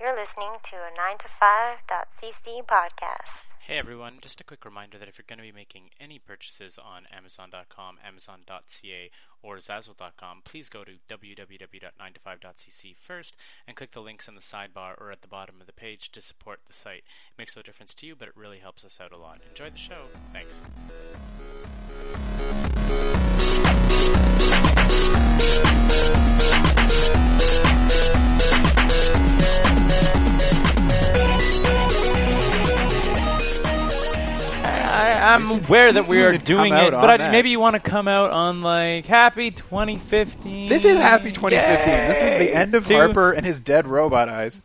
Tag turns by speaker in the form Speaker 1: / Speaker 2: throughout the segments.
Speaker 1: You're listening to a 9to5.cc podcast.
Speaker 2: Hey everyone, just a quick reminder that if you're going to be making any purchases on Amazon.com, Amazon.ca, or Zazzle.com, please go to www.9to5.cc first and click the links in the sidebar or at the bottom of the page to support the site. It makes no difference to you, but it really helps us out a lot. Enjoy the show. Thanks. I, I'm aware that we
Speaker 3: You
Speaker 2: are
Speaker 3: could
Speaker 2: doing
Speaker 3: come out
Speaker 2: it, but
Speaker 3: on
Speaker 2: I,
Speaker 3: that.
Speaker 2: maybe you want to come out on like Happy 2015.
Speaker 3: This is happy 2015. This is the end of
Speaker 2: Two-
Speaker 3: Harper and his dead robot eyes.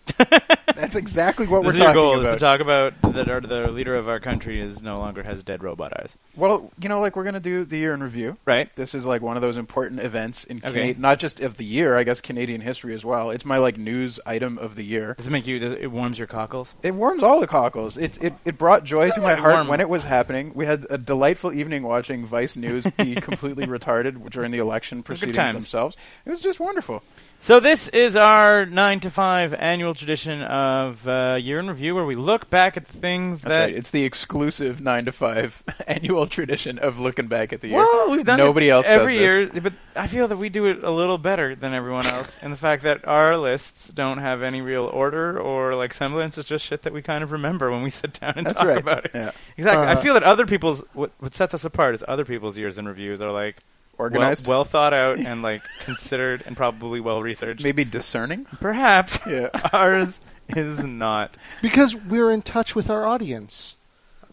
Speaker 3: That's exactly what we're
Speaker 4: This is your
Speaker 3: talking
Speaker 4: goal: is
Speaker 3: about.
Speaker 4: to talk about that our, the leader of our country is no longer has dead robot eyes.
Speaker 3: well, you know, like we're gonna do the year in review.
Speaker 4: Right.
Speaker 3: This is like one of those important events in
Speaker 4: Okay.
Speaker 3: Cana- not just of the year, I guess Canadian history as well. It's my like news item of the year.
Speaker 4: Does it make you? Does it, it warms your cockles?
Speaker 3: It warms all the cockles. It it, it brought joy to my heart
Speaker 4: warm.
Speaker 3: when it was happening. We had a delightful evening watching Vice News be completely retarded during the election
Speaker 4: was good
Speaker 3: proceedings
Speaker 4: times.
Speaker 3: themselves. It was just wonderful.
Speaker 4: So this is our nine to five annual tradition of uh, year in review, where we look back at the things
Speaker 3: That's
Speaker 4: that
Speaker 3: right. It's the exclusive nine to five annual tradition of looking back at the year.
Speaker 4: well we've done.
Speaker 3: Nobody
Speaker 4: it
Speaker 3: else
Speaker 4: every
Speaker 3: does this.
Speaker 4: year, but I feel that we do it a little better than everyone else, in the fact that our lists don't have any real order or like semblance. It's just shit that we kind of remember when we sit down and
Speaker 3: That's
Speaker 4: talk
Speaker 3: right.
Speaker 4: about it.
Speaker 3: Yeah.
Speaker 4: Exactly.
Speaker 3: Uh,
Speaker 4: I feel that other people's what, what sets us apart is other people's years in reviews are like
Speaker 3: Organized.
Speaker 4: well, well thought out, and like considered, and probably well researched.
Speaker 3: Maybe discerning.
Speaker 4: Perhaps
Speaker 3: Yeah.
Speaker 4: ours is not.
Speaker 5: Because we're in touch with our audience.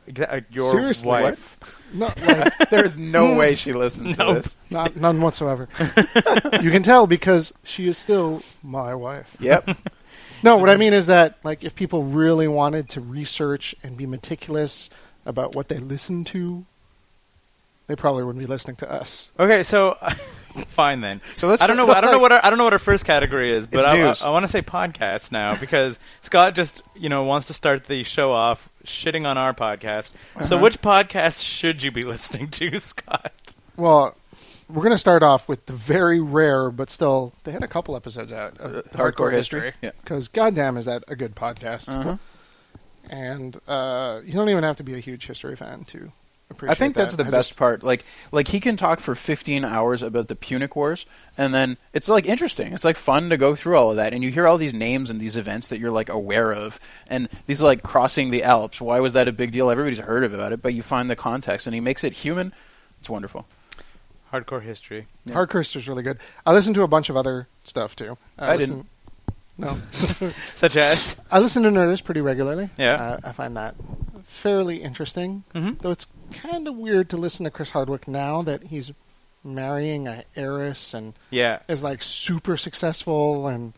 Speaker 4: Exa- uh, your
Speaker 5: Seriously,
Speaker 4: wife.
Speaker 5: Not like,
Speaker 3: there is no way she listens
Speaker 4: Hmm. Nope.
Speaker 3: to this.
Speaker 5: not, none whatsoever. you can tell because she is still my wife.
Speaker 3: Yep.
Speaker 5: No, what I mean is that like if people really wanted to research and be meticulous about what they listen to, they probably wouldn't be listening to us.
Speaker 4: Okay, so fine then.
Speaker 3: So let's
Speaker 4: I don't know.
Speaker 3: just-
Speaker 4: I don't know what our, I don't know what our first category is, but
Speaker 3: It's
Speaker 4: I,
Speaker 3: news.
Speaker 4: I, want to say podcasts now because Scott just you know wants to start the show off shitting on our podcast.
Speaker 3: Uh-huh.
Speaker 4: So which podcast should you be listening to, Scott?
Speaker 5: Well, we're going to start off with the very rare, but still, they had a couple episodes out. Of
Speaker 3: Uh, Hardcore History. Yeah.
Speaker 5: Because goddamn, is that a good podcast?
Speaker 3: Uh-huh.
Speaker 5: And uh, you don't even have to be a huge history fan to appreciate.
Speaker 3: I think that's
Speaker 5: that.
Speaker 3: the
Speaker 5: I
Speaker 3: best
Speaker 5: just-
Speaker 3: part. Like, like he can talk for 15 hours about the Punic Wars, and then it's like interesting. It's like fun to go through all of that, and you hear all these names and these events that you're like aware of, and these like crossing the Alps. Why was that a big deal? Everybody's heard about it, but you find the context, and he makes it human. It's wonderful.
Speaker 4: Hardcore history.
Speaker 5: Hardcore History is really good. I listened to a bunch of other stuff too.
Speaker 3: I didn't.
Speaker 5: No,
Speaker 4: Such as
Speaker 5: I listen to Nerdist pretty regularly.
Speaker 4: Yeah.
Speaker 5: uh, I find that fairly interesting.
Speaker 3: Mm-hmm.
Speaker 4: Mhm.
Speaker 5: Though it's kind of weird to listen to Chris Hardwick now that he's marrying a heiress and
Speaker 4: yeah.
Speaker 5: is like super successful and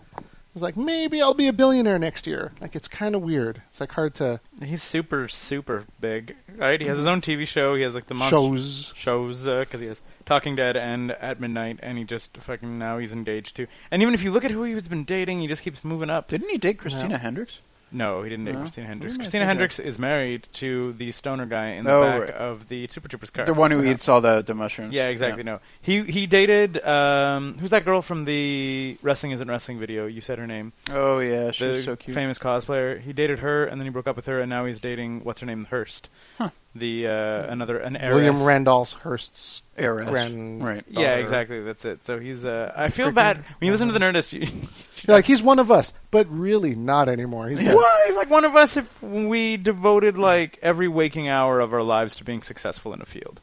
Speaker 5: was like maybe I'll be a billionaire next year. Like it's kind of weird. It's like hard to
Speaker 4: He's super, super big, right? He has his
Speaker 3: Mm-hmm.
Speaker 4: own TV show. He has like the monster
Speaker 5: shows.
Speaker 4: shows because he has Talking Dead and At Midnight, and he just fucking now he's engaged to. And even if you look at who he's been dating, he just keeps moving up.
Speaker 3: Didn't he date Christina Hendricks?
Speaker 4: No, he didn't date
Speaker 3: No?
Speaker 4: Christina Hendricks.
Speaker 3: What am I
Speaker 4: Christina
Speaker 3: thinking?
Speaker 4: Hendricks is married to the stoner guy in the
Speaker 3: Oh,
Speaker 4: back
Speaker 3: right.
Speaker 4: of the Super Troopers car.
Speaker 3: The one who
Speaker 4: Yeah.
Speaker 3: eats all the, the mushrooms.
Speaker 4: Yeah, exactly. No, he he dated um, who's that girl from the Wrestling Isn't Wrestling video? You said her name.
Speaker 3: Oh yeah, she
Speaker 4: the
Speaker 3: was so cute.
Speaker 4: famous cosplayer. He dated her, and then he broke up with her, and now he's dating what's her name, Hurst.
Speaker 3: Huh.
Speaker 4: The uh, another an heiress.
Speaker 5: William Randolph Hearst's
Speaker 3: Heiress.
Speaker 5: Grand-
Speaker 3: Right.
Speaker 4: Yeah,
Speaker 5: daughter.
Speaker 4: exactly. That's it. So he's. Uh, I feel
Speaker 5: Freaking-
Speaker 4: bad when you listen to the Nerdist. You,
Speaker 5: You're like he's one of us, but really not anymore. He's
Speaker 4: Well, he's like one of us if we devoted like every waking hour of our lives to being successful in a field,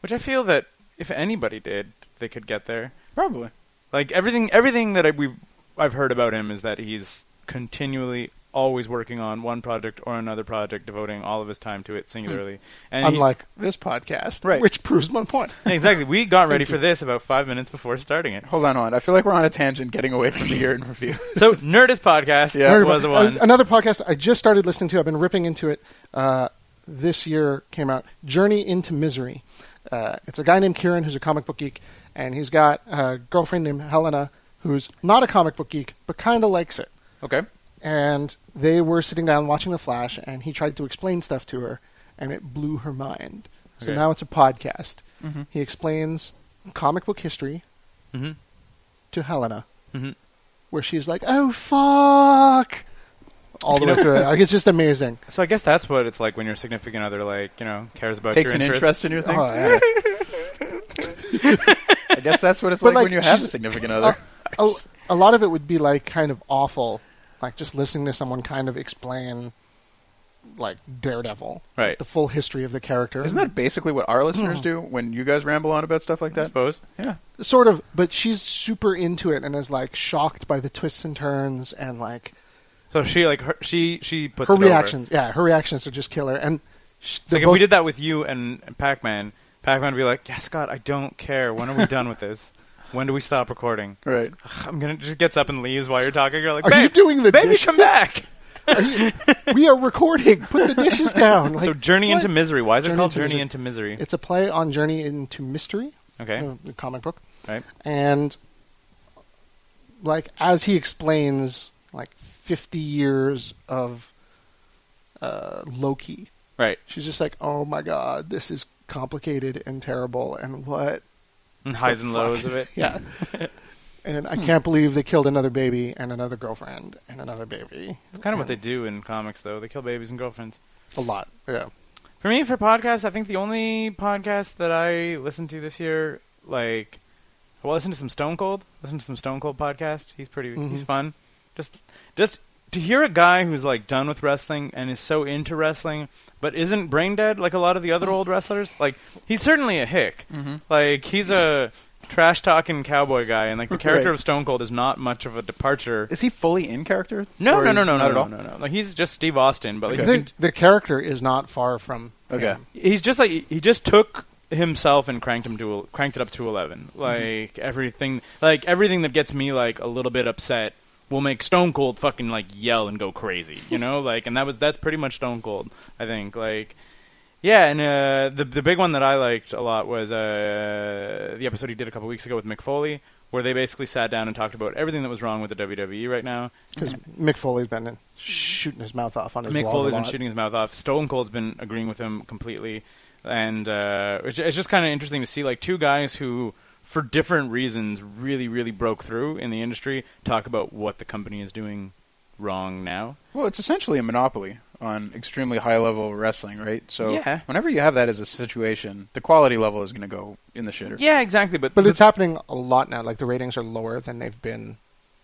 Speaker 4: which I feel that if anybody did, they could get there.
Speaker 3: Probably.
Speaker 4: Like everything, everything that I, we I've heard about him is that he's continually always working on one project or another project, devoting all of his time to it singularly.
Speaker 5: Hmm.
Speaker 4: And he-
Speaker 5: unlike this podcast,
Speaker 3: Right.
Speaker 5: Which proves my point.
Speaker 4: exactly, we got ready for this about five minutes before starting it.
Speaker 3: Hold on, hold on. I feel like we're on a tangent getting away from the year in review.
Speaker 4: So Nerdist podcast
Speaker 3: Yeah. Nerd-
Speaker 4: was the one.
Speaker 5: An- Uh, Another podcast I just started listening to. I've been ripping into it. Uh, this year came out Journey into Misery. Uh, it's a guy named Kieran who's a comic book geek, and he's got a girlfriend named Helena who's not a comic book geek but kind of likes it.
Speaker 4: okay.
Speaker 5: And they were sitting down watching The Flash, and he tried to explain stuff to her, and it blew her mind. So
Speaker 4: Okay.
Speaker 5: now it's a podcast. He explains comic book history
Speaker 4: Mm-hmm.
Speaker 5: to Helena,
Speaker 4: Mhm.
Speaker 5: where she's like, "Oh fuck." all the way through it. Like, it's just amazing.
Speaker 4: So I guess that's what it's like when your significant other, like you know, cares about
Speaker 3: Takes
Speaker 4: your
Speaker 3: an
Speaker 4: interests.
Speaker 3: interest in your things.
Speaker 5: Oh, yeah.
Speaker 3: I guess that's what it's
Speaker 5: But,
Speaker 3: like,
Speaker 5: like,
Speaker 3: when you have a
Speaker 5: she's-
Speaker 3: significant other.
Speaker 5: a, Oh, a lot of it would be like kind of awful, like just listening to someone kind of explain, like Daredevil,
Speaker 4: Right.
Speaker 5: The full history of the character.
Speaker 3: Isn't that basically what our
Speaker 5: Hmm.
Speaker 3: listeners do when you guys ramble on about stuff like
Speaker 4: I
Speaker 3: that?
Speaker 4: suppose.
Speaker 3: Yeah.
Speaker 5: sort of? But she's super into it and is like shocked by the twists and turns and like
Speaker 4: So she like her, she she puts
Speaker 5: her
Speaker 4: it over.
Speaker 5: reactions. Yeah, her reactions are just killer. And sh-
Speaker 4: It's like if we did that with you and Pac Man, Pac Man would be like, "Yeah, Scott, I don't care. When are we done with this? When do we stop recording?
Speaker 3: Right.
Speaker 4: I'm gonna just gets up and leaves while you're talking. You're like,
Speaker 5: Are you
Speaker 4: "Babe,
Speaker 5: doing the
Speaker 4: baby?
Speaker 5: dishes?"
Speaker 4: Come back."
Speaker 5: we are recording. Put the dishes down. Like,
Speaker 4: so Journey
Speaker 5: what?
Speaker 4: into Misery. Why is it
Speaker 5: Journey
Speaker 4: called
Speaker 5: into
Speaker 4: Journey
Speaker 5: Misery.
Speaker 4: into Misery?
Speaker 5: It's a play on Journey into Mystery.
Speaker 4: okay,
Speaker 5: uh, the comic book.
Speaker 4: right.
Speaker 5: and like as he explains like 50 years of uh, loki
Speaker 4: Right.
Speaker 5: she's just like oh my god this is complicated and terrible and what
Speaker 4: And highs and lows of it.
Speaker 5: yeah and i can't believe they killed another baby and another girlfriend and another baby
Speaker 4: It's kind of what they do in comics, though. They kill babies and girlfriends.
Speaker 5: a lot yeah
Speaker 4: For me, for podcasts, I think the only podcast that I listened to this year, like, well, I listened to some Stone Cold. Listen to some Stone Cold podcast. He's pretty.
Speaker 3: Mm-hmm.
Speaker 4: He's
Speaker 5: Mhm.
Speaker 4: fun. Just, just to hear a guy who's like done with wrestling and is so into wrestling, but isn't brain dead like a lot of the other old wrestlers. Like, he's certainly a hick.
Speaker 3: Mm-hmm.
Speaker 4: Like, he's a trash talking cowboy guy, and like the character
Speaker 3: Right.
Speaker 4: of Stone Cold is not much of a departure.
Speaker 3: Is he fully in character?
Speaker 4: No,
Speaker 3: Or
Speaker 4: no,
Speaker 3: is-
Speaker 4: no, no,
Speaker 3: not
Speaker 4: no,
Speaker 3: at
Speaker 4: no,
Speaker 3: all?
Speaker 4: no, no. Like he's just Steve Austin, but like
Speaker 5: I
Speaker 4: you
Speaker 5: think
Speaker 4: can-
Speaker 5: the character is not far from
Speaker 3: Okay.
Speaker 5: him.
Speaker 4: he's just like he just took himself and cranked him to cranked it up to eleven. Like everything, like everything that gets me like a little bit upset will make Stone Cold fucking like yell and go crazy. You know, like and that was that's pretty much Stone Cold. I think like. Yeah, and uh, the the big one that I liked a lot was uh, the episode he did a couple weeks ago with Mick Foley, where they basically sat down and talked about everything that was wrong with the WWE right now,
Speaker 5: because Mick Foley's been shooting his mouth off on his
Speaker 4: Mick
Speaker 5: blog
Speaker 4: Foley's
Speaker 5: a
Speaker 4: been
Speaker 5: lot.
Speaker 4: shooting his mouth off. Stone Cold's been agreeing with him completely, and uh, it's, it's just kind of interesting to see like two guys who, for different reasons, really really broke through in the industry talk about what the company is doing wrong now.
Speaker 3: Well, it's essentially a monopoly on extremely high level wrestling, right? So
Speaker 4: Yeah.
Speaker 3: whenever you have that as a situation, the quality level is going to go in the shitter.
Speaker 4: Yeah, exactly. But
Speaker 5: but it's happening a lot now like the ratings are lower than they've been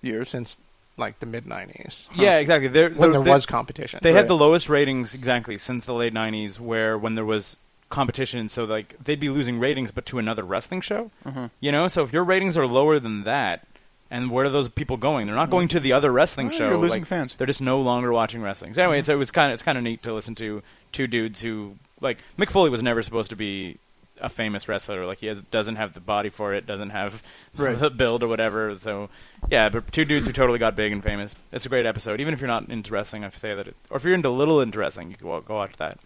Speaker 3: Years.
Speaker 5: since like the mid 90s.
Speaker 4: yeah, exactly. They're,
Speaker 5: When there
Speaker 4: they're-
Speaker 5: was competition.
Speaker 4: They had
Speaker 3: Right.
Speaker 4: the lowest ratings exactly since the late '90s, where when there was competition, so like they'd be losing ratings, but to another wrestling show.
Speaker 3: Mm-hmm.
Speaker 4: You know, so if your ratings are lower than that, and where are those people going? They're not going to the other wrestling
Speaker 3: Well,
Speaker 4: show.
Speaker 3: you're losing
Speaker 4: like,
Speaker 3: fans.
Speaker 4: They're just no longer watching wrestling. So anyway, it's, it was kind of it's kind of neat to listen to two dudes who like Mick Foley was never supposed to be a famous wrestler. Like he has, doesn't have the body for it, doesn't have
Speaker 3: Right.
Speaker 4: the build or whatever. So yeah, but two dudes who totally got big and famous. It's a great episode. Even if you're not into wrestling, I say that. It, or if you're into little into wrestling, you can wa- go watch that.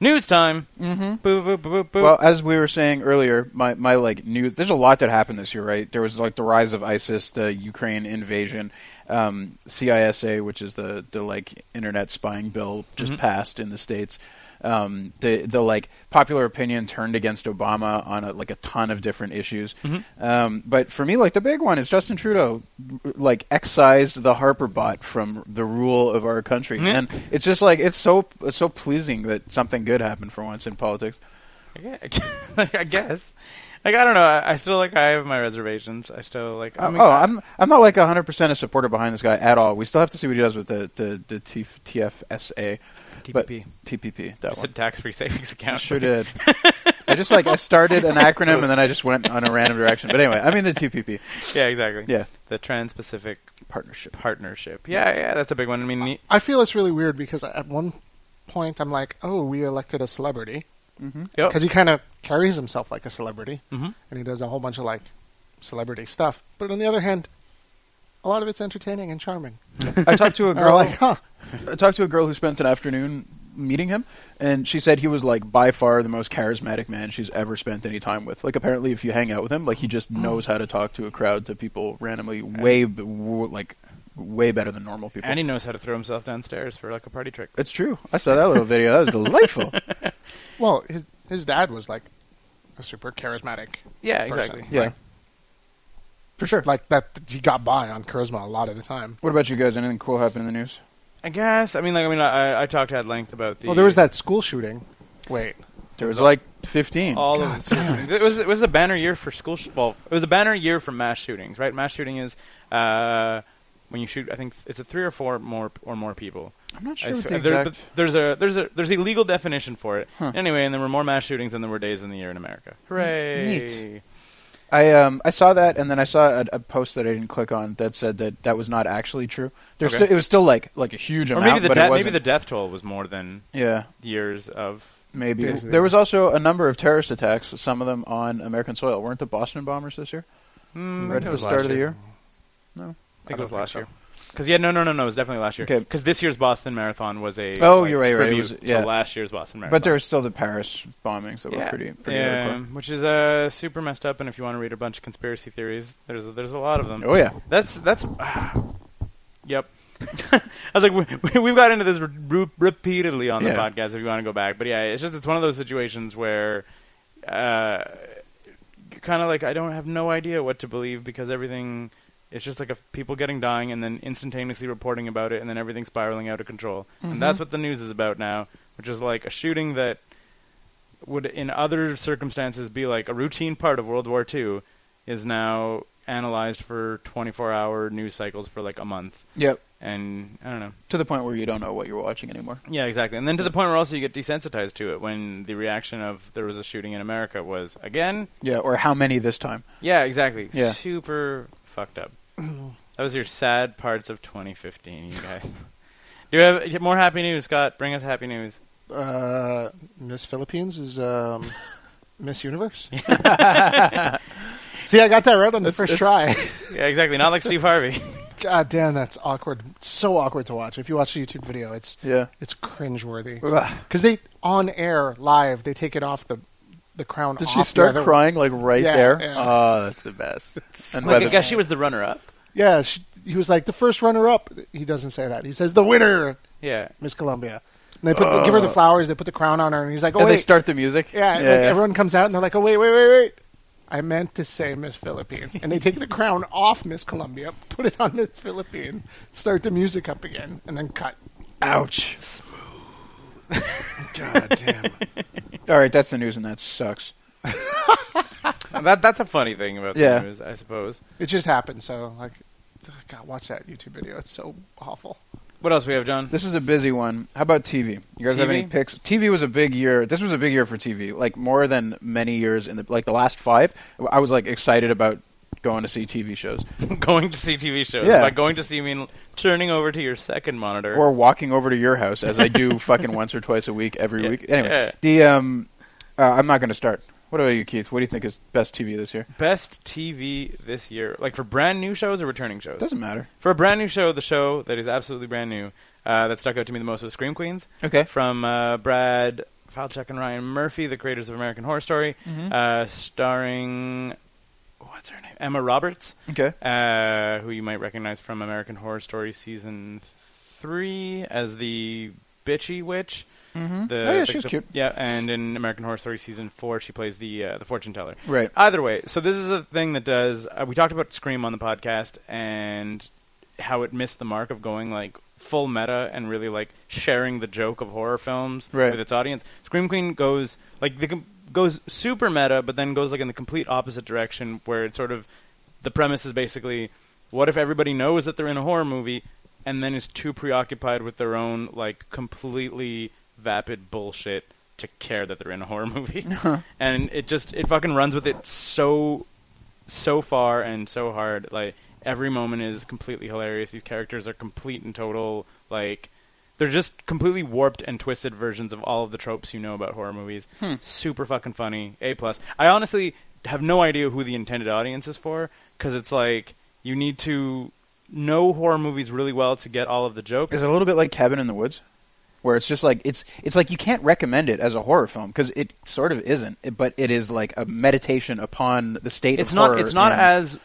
Speaker 4: News time. Mm-hmm. Boop, boop, boop, boop, boop.
Speaker 3: Well, as we were saying earlier, my, my like news. There's a lot that happened this year, right? There was like the rise of ISIS, the Ukraine invasion, um, CISA, which is the the like internet spying bill just
Speaker 4: Mm-hmm.
Speaker 3: passed in the states. Um, the the like popular opinion turned against Obama on a, like a ton of different issues.
Speaker 4: Mm-hmm.
Speaker 3: Um, but for me, like the big one is Justin Trudeau, like excised the Harper bot from the rule of our country,
Speaker 4: Yeah.
Speaker 3: and it's just like it's so it's so pleasing that something good happened for once in politics.
Speaker 4: I gue- like, I guess. Like I don't know. I, I still like. I have my reservations. I still like. I mean,
Speaker 3: oh, I'm I'm not like 100 percent a supporter behind this guy at all. We still have to see what he does with the the, the T- TFSA, but
Speaker 4: TPP.
Speaker 3: TPP
Speaker 4: I
Speaker 3: that one.
Speaker 4: said tax free savings
Speaker 3: I
Speaker 4: account.
Speaker 3: sure did. I just like I started an acronym and then I just went on a random direction. But anyway, I mean the TPP
Speaker 4: Yeah, exactly.
Speaker 3: Yeah.
Speaker 4: the Trans-Pacific
Speaker 3: partnership.
Speaker 4: Partnership. Yeah, yeah, that's a big one. I mean, ne-
Speaker 5: I feel it's really weird because at one point I'm like, oh, we elected a celebrity.
Speaker 3: Mm-hmm.
Speaker 4: yep.
Speaker 5: Because he kind of carries himself like a celebrity
Speaker 4: Mhm.
Speaker 5: and he does a whole bunch of like celebrity stuff. But on the other hand, a lot of it's entertaining and charming.
Speaker 3: I talked
Speaker 4: Oh,
Speaker 3: to a
Speaker 5: Or
Speaker 3: girl.
Speaker 5: like, huh.
Speaker 3: I talked to a girl who spent an afternoon meeting him, and she said he was like by far the most charismatic man she's ever spent any time with. Like apparently, if you hang out with him, like he just
Speaker 4: Hmm.
Speaker 3: knows how to talk to a crowd, to people randomly, way b- w- like way better than normal people.
Speaker 4: and he knows how to throw himself downstairs for like a party trick.
Speaker 3: it's true. I saw that little video. That was delightful.
Speaker 5: Well, his, his dad was like a super charismatic.
Speaker 4: Yeah,
Speaker 5: person.
Speaker 4: exactly.
Speaker 3: Yeah,
Speaker 5: Like,
Speaker 3: for sure.
Speaker 5: like that, he got by on charisma a lot of the time.
Speaker 3: what about you guys? Anything cool happened in the news?
Speaker 4: I guess. I mean, like, I mean, I, I talked at length about the.
Speaker 5: Well, there was that school shooting. Wait.
Speaker 3: There was like 15.
Speaker 4: All of the school shootings. It was it was a banner year for school. Sh- well, it was a banner year for mass shootings, right? Mass shooting is uh, when you shoot. I think it's a three or four more or more people.
Speaker 3: I'm not
Speaker 4: I
Speaker 3: sure what the
Speaker 4: swear- there-
Speaker 3: exact.
Speaker 4: but there's a there's a there's a legal definition for it. Anyway, and there were more mass shootings than there were days in the year in America. Hooray!
Speaker 3: I um I saw that, and then I saw a, a post that I didn't click on that said that that was not actually true. There's
Speaker 4: Okay.
Speaker 3: still it was still like like a huge
Speaker 4: Or
Speaker 3: amount,
Speaker 4: maybe the
Speaker 3: but
Speaker 4: de-
Speaker 3: it
Speaker 4: maybe
Speaker 3: wasn't.
Speaker 4: the death toll was more than
Speaker 3: yeah,
Speaker 4: years of.
Speaker 3: maybe
Speaker 5: There's the-
Speaker 3: there was also a number of terrorist attacks. Some of them on American soil. Weren't the Boston bombers this year?
Speaker 4: Mm,
Speaker 3: right
Speaker 4: it
Speaker 3: at the
Speaker 4: was
Speaker 3: start
Speaker 4: last
Speaker 3: of the year.
Speaker 4: I think it
Speaker 3: I
Speaker 4: was
Speaker 3: don't
Speaker 4: last
Speaker 3: think
Speaker 4: year. Because yeah, no, no, no, no. It was definitely last year.
Speaker 3: Okay.
Speaker 4: Because this year's Boston Marathon was a
Speaker 3: Oh,
Speaker 4: like,
Speaker 3: you're right, you're right, it
Speaker 4: tribute
Speaker 3: was- yeah.
Speaker 4: to last year's Boston Marathon.
Speaker 3: But there was still the Paris bombings that were pretty pretty
Speaker 4: yeah,
Speaker 3: hardcore.
Speaker 4: which is uh, super messed up. And if you want to read a bunch of conspiracy theories, there's there's a lot of them.
Speaker 3: Oh yeah,
Speaker 4: That's that's. ah. yep. I was like, we, we've got into this re- re- repeatedly on the
Speaker 3: Yeah.
Speaker 4: podcast. If you want to go back, but yeah, it's just it's one of those situations where, uh, kind of like I don't have no idea what to believe because everything. It's just like a, people getting dying and then instantaneously reporting about it, and then everything spiraling out of control. And that's what the news is about now, which is like a shooting that would, in other circumstances, be like a routine part of World War II, is now analyzed for 24-hour news cycles for like a month,
Speaker 3: yep.
Speaker 4: and I don't know.
Speaker 3: To the point where you don't know what you're watching anymore.
Speaker 4: Yeah, exactly. And then to the point where also you get desensitized to it when the reaction of there was a shooting in America was again,
Speaker 3: Yeah, or how many this time?
Speaker 4: yeah, exactly,
Speaker 3: Yeah.
Speaker 4: super fucked up. that was your sad parts of 2015, you guys. Do you have get more happy news, Scott? Bring us happy news.
Speaker 5: Uh, Miss Philippines is um, Miss Universe. See, I got that right on the first try.
Speaker 4: Yeah, exactly. Not like Steve Harvey.
Speaker 5: God damn, that's awkward. So awkward to watch. If you watch the YouTube video, it's
Speaker 3: Yeah.
Speaker 5: it's cringeworthy. Because they on air live, they take it off the the crown.
Speaker 3: Did
Speaker 5: off
Speaker 3: she
Speaker 5: the
Speaker 3: start
Speaker 5: other-
Speaker 3: crying like right
Speaker 5: Yeah,
Speaker 3: there?
Speaker 5: yeah.
Speaker 3: Oh, that's the best. and
Speaker 4: like, I
Speaker 3: by
Speaker 4: guess
Speaker 3: the,
Speaker 4: she was the runner-up.
Speaker 5: Yeah, she, he was like the first runner up. He doesn't say that. He says the winner,
Speaker 4: Yeah.
Speaker 5: Miss Columbia. And they put they give her the flowers. They put the crown on her, and he's like, oh
Speaker 3: Uh. and
Speaker 5: wait,
Speaker 3: they start the music.
Speaker 5: yeah, like everyone comes out and they're like, oh wait, wait, wait, wait. I meant to say Miss Philippines, and they take the crown off Miss Columbia, put it on Miss Philippines, start the music up again, and then cut.
Speaker 3: Ouch.
Speaker 5: God damn.
Speaker 3: All right, that's the news, and that sucks.
Speaker 4: That that's a funny thing about
Speaker 3: Yeah.
Speaker 4: the news, I suppose.
Speaker 5: It just happened. So like, ugh, God, watch that YouTube video. It's so awful.
Speaker 4: What else we have, John?
Speaker 3: This is a busy one. How about TV? You guys have any
Speaker 4: TV?
Speaker 3: picks? TV was a big year. This was a big year for TV. Like more than many years in the like the last five. I was like excited about going to see TV shows
Speaker 4: going to see TV shows.
Speaker 3: Yeah.
Speaker 4: By going to see, you mean turning over to your second monitor.
Speaker 3: or walking over to your house as I do fucking once or twice a week every
Speaker 4: Yeah.
Speaker 3: week. Anyway,
Speaker 4: Yeah.
Speaker 3: the um, uh, I'm not going to start. What about you, Keith? What do you think is best TV this year?
Speaker 4: best TV this year, like for brand new shows or returning shows.
Speaker 3: Doesn't matter.
Speaker 4: for a brand new show, the show that is absolutely brand new uh, that stuck out to me the most was Scream Queens.
Speaker 3: Okay.
Speaker 4: From uh, Brad Falchuk and Ryan Murphy, the creators of American Horror Story,
Speaker 3: Mm-hmm.
Speaker 4: uh, starring what's her name, Emma Roberts.
Speaker 3: Okay.
Speaker 4: uh, who you might recognize from American Horror Story season three as the bitchy witch. Mm-hmm. The,
Speaker 3: Oh, yeah,
Speaker 4: the-
Speaker 3: she was
Speaker 4: the-
Speaker 3: cute.
Speaker 4: Yeah, and in American Horror Story season four, she plays the uh, the fortune teller.
Speaker 3: Right.
Speaker 4: Either way, so this is a thing that does. Uh, we talked about Scream on the podcast and how it missed the mark of going like full meta and really like sharing the joke of horror films
Speaker 3: Right.
Speaker 4: with its audience. Scream Queen goes like the com- goes super meta, but then goes like in the complete opposite direction where it's sort of the premise is basically what if everybody knows that they're in a horror movie and then is too preoccupied with their own like completely vapid bullshit to care that they're in a horror movie and it just it fucking runs with it so so far and so hard like every moment is completely hilarious these characters are complete and total like they're just completely warped and twisted versions of all of the tropes you know about horror movies super fucking funny a plus i honestly have no idea who the intended audience is for because it's like you need to know horror movies really well to get all of the jokes
Speaker 3: Is it a little bit like Cabin in the Woods, where it's just like it's it's like you can't recommend it as a horror film because it sort of isn't, it- but it is like a meditation upon the state.
Speaker 4: it's
Speaker 3: of
Speaker 4: not
Speaker 3: horror
Speaker 4: it's not
Speaker 3: and-
Speaker 4: as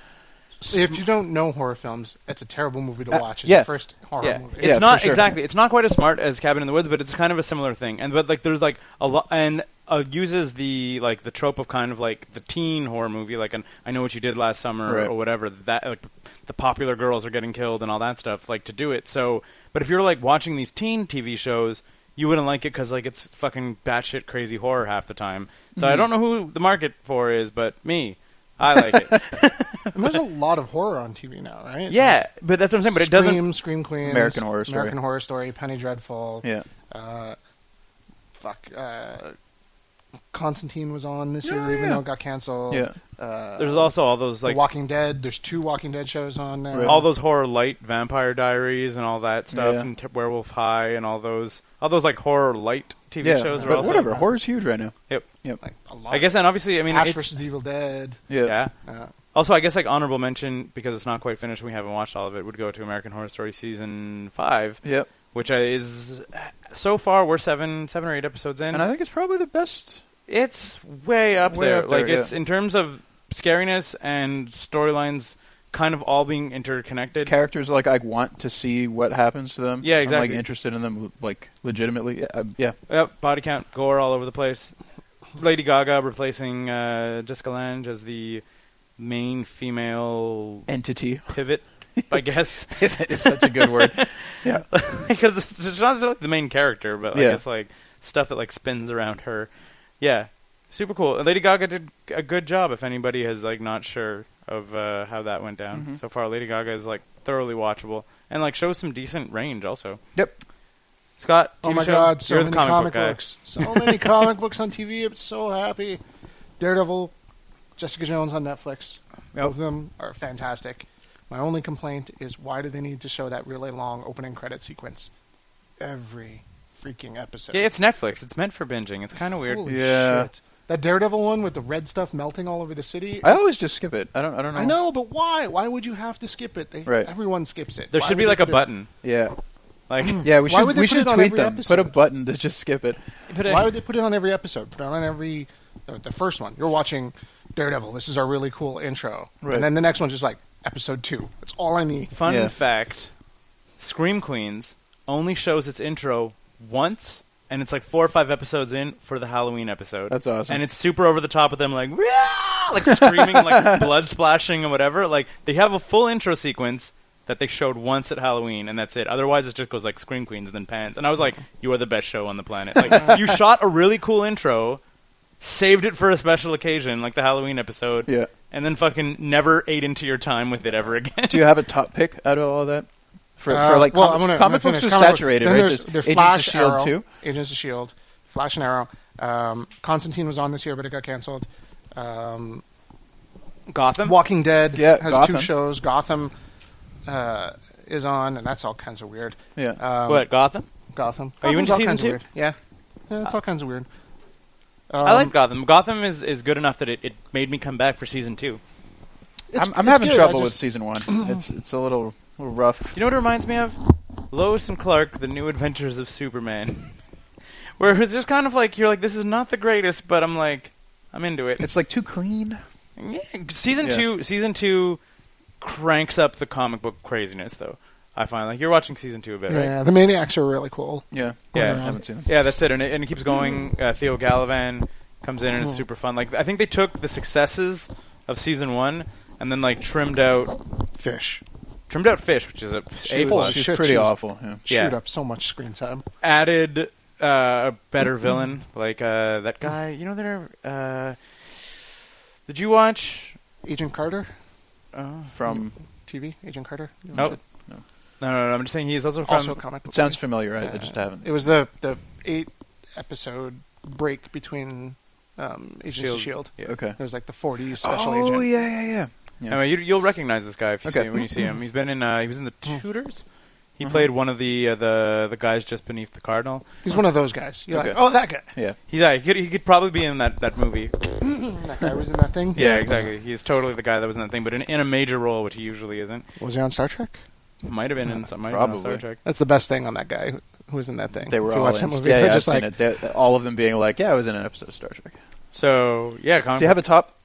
Speaker 5: If you don't know horror films, it's a terrible movie to
Speaker 3: Uh,
Speaker 5: watch. It's
Speaker 3: yeah.
Speaker 5: your first horror
Speaker 4: yeah.
Speaker 5: movie.
Speaker 4: It's
Speaker 3: Yeah,
Speaker 4: not
Speaker 3: for sure.
Speaker 4: exactly. It's not quite as smart as Cabin in the Woods, but it's kind of a similar thing. And but like there's like a lot and uh, uses the like the trope of kind of like the teen horror movie, like an I know what you did last summer
Speaker 3: Right.
Speaker 4: or whatever. That like the popular girls are getting killed and all that stuff, like to do it. So But if you're like watching these teen TV shows, you wouldn't like it because like it's fucking batshit crazy horror half the time. So
Speaker 3: Mm-hmm.
Speaker 4: I don't know who the market for is, but me, I like it.
Speaker 5: And there's a lot of horror on TV now, right?
Speaker 4: yeah, but that's what I'm saying. But it doesn't.
Speaker 5: Scream, Scream Queens,
Speaker 3: American Horror Story.
Speaker 5: American Horror Story, Penny Dreadful.
Speaker 3: Yeah.
Speaker 5: Uh, fuck. Uh, Constantine was on this
Speaker 3: Yeah,
Speaker 5: year, even
Speaker 3: yeah.
Speaker 5: though it got canceled.
Speaker 3: Yeah.
Speaker 5: Uh,
Speaker 4: There's also all those like
Speaker 5: The Walking Dead. There's two Walking Dead shows on now.
Speaker 3: Right.
Speaker 4: all those horror light vampire diaries and all that stuff
Speaker 3: Yeah.
Speaker 4: and t- werewolf high and all those all those like horror light tv
Speaker 3: yeah.
Speaker 4: shows are
Speaker 3: but
Speaker 4: also
Speaker 3: whatever. Horror's huge right now.
Speaker 4: Yep.
Speaker 3: Yep.
Speaker 5: like a lot.
Speaker 4: i guess and obviously i mean
Speaker 5: Ash
Speaker 4: it's-
Speaker 5: versus the Evil Dead.
Speaker 3: yeah.
Speaker 4: yeah
Speaker 5: Uh,
Speaker 4: also i guess like honorable mention because it's not quite finished we haven't watched all of it would go to american horror story season five
Speaker 3: Yep.
Speaker 4: which is so far we're seven seven or eight episodes in
Speaker 3: And I think it's probably the best.
Speaker 4: it's way up
Speaker 3: Way
Speaker 4: there.
Speaker 3: up there,
Speaker 4: like it's
Speaker 3: yeah.
Speaker 4: in terms of scariness and storylines kind of all being interconnected
Speaker 3: Characters like I want to see what happens to them.
Speaker 4: Yeah,
Speaker 3: I'm
Speaker 4: exactly.
Speaker 3: like interested in them, like legitimately. Yeah, uh, yeah.
Speaker 4: Yep, body count, gore all over the place. Lady Gaga replacing uh, Jessica Lange as the main female
Speaker 3: entity.
Speaker 4: pivot, I guess,
Speaker 3: Pivot is such a good word. Yeah,
Speaker 4: because she's not like the main character, but I
Speaker 3: Yeah.
Speaker 4: guess like stuff that like spins around her. Yeah, super cool. Lady Gaga did a good job. If anybody is like not sure of uh, how that went down so far, Lady Gaga is like thoroughly watchable and like shows some decent range. Also,
Speaker 3: Yep.
Speaker 4: Scott,
Speaker 5: oh
Speaker 4: TV
Speaker 5: my
Speaker 4: show,
Speaker 5: God! So
Speaker 4: you're
Speaker 5: many
Speaker 4: the comic, book guy.
Speaker 5: books. So many comic books on TV. I'm so happy. Daredevil, Jessica Jones on Netflix.
Speaker 4: Yep.
Speaker 5: Both of them are fantastic. My only complaint is why do they need to show that really long opening credit sequence every freaking episode?
Speaker 4: Yeah, it's Netflix. It's meant for binging. It's kind of weird.
Speaker 5: Holy
Speaker 3: Yeah.
Speaker 5: shit. That Daredevil one with the red stuff melting all over the city.
Speaker 3: I
Speaker 5: it's-
Speaker 3: always just skip it. I don't. I don't know.
Speaker 5: I know, but why? Why would you have to skip it? They,
Speaker 3: Right.
Speaker 5: Everyone skips it.
Speaker 4: There
Speaker 5: Why
Speaker 4: should
Speaker 5: would
Speaker 4: be
Speaker 5: they
Speaker 4: like a
Speaker 5: put it-
Speaker 4: button.
Speaker 3: Yeah,
Speaker 4: Like
Speaker 3: yeah. We
Speaker 5: Why
Speaker 3: should.
Speaker 5: would they
Speaker 3: We
Speaker 5: put
Speaker 3: should
Speaker 5: it on
Speaker 3: tweet
Speaker 5: every
Speaker 3: them.
Speaker 5: episode?
Speaker 3: Put a button to just skip it.
Speaker 5: Why would they put it on every episode? Put it on every uh, the first one. You're watching Daredevil. This is our really cool intro,
Speaker 3: Right.
Speaker 5: and then the next one's just like episode two. That's all I need.
Speaker 4: fun
Speaker 3: Yeah.
Speaker 4: fact: Scream Queens only shows its intro once, and it's like four or five episodes in for the Halloween episode.
Speaker 3: That's awesome.
Speaker 4: And it's super over the top with them like "Rah!" like screaming, like blood splashing and whatever. Like they have a full intro sequence. That they showed once at Halloween, and that's it. Otherwise, it just goes like Scream Queens and then pans. And I was like, "You are the best show on the planet! Like, you shot a really cool intro, saved it for a special occasion, like the Halloween episode,
Speaker 3: Yeah.
Speaker 4: and then fucking never ate into your time with it ever again."
Speaker 3: Do you have a top pick out of all that? For, for
Speaker 5: Uh,
Speaker 3: like
Speaker 5: well,
Speaker 3: com-
Speaker 5: I'm gonna- I'm
Speaker 3: comic
Speaker 5: gonna
Speaker 3: books
Speaker 5: finish.
Speaker 3: are
Speaker 5: Comic books.
Speaker 3: saturated,
Speaker 5: Then
Speaker 3: right?
Speaker 5: There's,
Speaker 3: There's
Speaker 5: there's
Speaker 3: Agents
Speaker 5: Flash,
Speaker 3: of Shield
Speaker 5: Arrow,
Speaker 3: too.
Speaker 5: Agents of Shield, E Flash and Arrow. Um, Constantine was on this year, but it got canceled. Um,
Speaker 4: Gotham?
Speaker 5: Walking Dead
Speaker 3: Yeah,
Speaker 5: has
Speaker 3: Gotham.
Speaker 5: two shows. Gotham uh, is on, and that's all kinds of weird.
Speaker 3: Yeah.
Speaker 5: Um,
Speaker 4: what Gotham?
Speaker 5: Gotham.
Speaker 4: Are you into
Speaker 5: Gotham's all
Speaker 4: season
Speaker 5: kinds of
Speaker 4: two?
Speaker 5: Weird. Yeah. yeah, it's all kinds of weird.
Speaker 4: I
Speaker 5: Um,
Speaker 4: like Gotham. Gotham is, is good enough that it, it made me come back for season two.
Speaker 5: it's-
Speaker 3: I'm, I'm
Speaker 5: it's
Speaker 3: having
Speaker 5: good, I
Speaker 3: trouble with
Speaker 5: just-
Speaker 3: season one. it's it's a little, little rough.
Speaker 4: You know what it reminds me of? Lois and Clark: The New Adventures of Superman, where it's just kind of like you're like this is not the greatest, but I'm like I'm into it.
Speaker 3: It's like too clean.
Speaker 4: Yeah, season
Speaker 3: Yeah.
Speaker 4: two, season two cranks up the comic book craziness though. I find like you're watching season two a bit, right?
Speaker 5: Yeah, the Maniacs are really cool.
Speaker 3: Yeah.
Speaker 4: Yeah.
Speaker 3: I haven't seen them.
Speaker 4: Yeah, that's it, and it, and it keeps going. Uh, Theo Gallivan comes in, and it's super fun. Like I think they took the successes of season one and then like trimmed out
Speaker 5: Fish
Speaker 4: trimmed out fish, which is
Speaker 3: She
Speaker 4: a a
Speaker 3: was-
Speaker 5: Holy
Speaker 4: plus.
Speaker 3: she's
Speaker 5: shit,
Speaker 3: pretty
Speaker 5: she was-
Speaker 3: awful. Yeah.
Speaker 4: Yeah.
Speaker 5: shoot up so much screen time.
Speaker 4: added uh, a better villain, like uh, that guy. You know, there. Uh, did you watch?
Speaker 5: Agent Carter,
Speaker 4: Oh,
Speaker 3: From
Speaker 5: TV. Agent Carter. You
Speaker 4: nope.
Speaker 5: watch
Speaker 4: No,
Speaker 3: No.
Speaker 4: no, no. I'm just saying he is also
Speaker 5: it?
Speaker 4: from.
Speaker 5: Also, a comic. book
Speaker 3: it Um, sounds
Speaker 5: movie.
Speaker 3: familiar. I, I just
Speaker 5: Uh,
Speaker 3: haven't.
Speaker 5: It was the the eight episode break between um, Agents
Speaker 4: Shield.
Speaker 5: of
Speaker 3: E
Speaker 5: Shield.
Speaker 4: Yeah.
Speaker 3: okay.
Speaker 5: It was like the 40s special
Speaker 3: oh
Speaker 5: agent.
Speaker 3: yeah, yeah, yeah. Yeah.
Speaker 4: Anyway, you, you'll recognize this guy if you
Speaker 3: Okay. Hmm. Mm-hmm.
Speaker 4: see, when you see him. He's been in. Uh, he was in the Tudors. He played one of the uh, the the guys just beneath the cardinal.
Speaker 5: He's one of those guys. You're like,
Speaker 3: Okay.
Speaker 5: oh, that guy.
Speaker 3: yeah.
Speaker 4: He's uh, he could he could probably be in that, that movie.
Speaker 5: That guy was in that thing.
Speaker 4: Yeah, exactly. He's totally the guy that was in that thing, but in, in a major role, which he usually isn't.
Speaker 5: Was he on Star Trek?
Speaker 4: Might have been in some. Might Have been on
Speaker 3: Probably.
Speaker 4: Star Trek.
Speaker 5: That's the best thing on that guy who- who was in that thing.
Speaker 3: They were
Speaker 5: If you
Speaker 3: all
Speaker 5: watch
Speaker 3: in.
Speaker 5: that movie,
Speaker 3: yeah,
Speaker 5: they're
Speaker 3: yeah, I've
Speaker 5: just
Speaker 3: seen
Speaker 5: like,
Speaker 3: it. They're- all of them being like, "Yeah, I was in an episode of Star Trek."
Speaker 4: So yeah, comic
Speaker 3: Do you have a top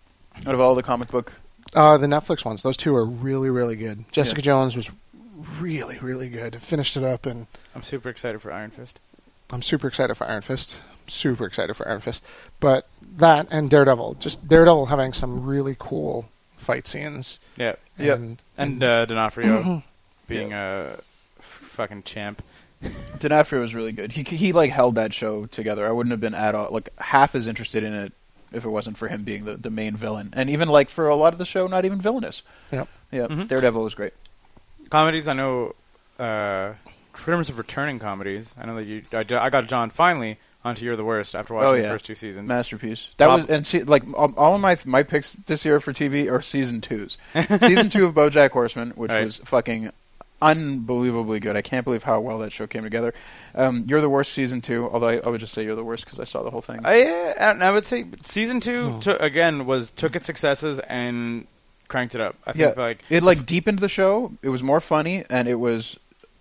Speaker 3: out of all the comic book?
Speaker 5: Uh, the Netflix ones. Those two are really, really good. Jessica Jones was really, really good. Finished it up, and
Speaker 4: I'm super excited for Iron Fist.
Speaker 5: I'm super excited for Iron Fist. Super excited for Iron Fist. But that and Daredevil. Just Daredevil having some really cool fight scenes.
Speaker 4: Yeah.
Speaker 3: Yep.
Speaker 5: And
Speaker 3: Mm-hmm.
Speaker 4: and uh, D'Onofrio being uh, f- fucking champ.
Speaker 3: D'Onofrio was really good. He he like held that show together. I wouldn't have been at all like half as interested in it if it wasn't for him being the, the main villain. And even like for a lot of the show, not even villainous.
Speaker 5: Yep.
Speaker 3: Yeah, Daredevil was great.
Speaker 4: Comedies, I know. Uh, in terms of returning comedies, I know that you. I, I got John finally onto You're the Worst after watching
Speaker 3: Oh,
Speaker 4: the
Speaker 3: yeah.
Speaker 4: first two seasons.
Speaker 3: Masterpiece. That
Speaker 4: Bob-
Speaker 3: was and see like all all of my my picks this year for TV are season twos. season two of BoJack Horseman, which
Speaker 4: Right.
Speaker 3: was fucking unbelievably good. I can't believe how well that show came together. Um, You're the worst season two. Although I, I would just say You're the worst because I saw the whole thing.
Speaker 4: I, I, don't know, Uh, I would say season two to, again was took its successes and cranked it up. I think like
Speaker 3: it like deepened the show. It was more funny and it was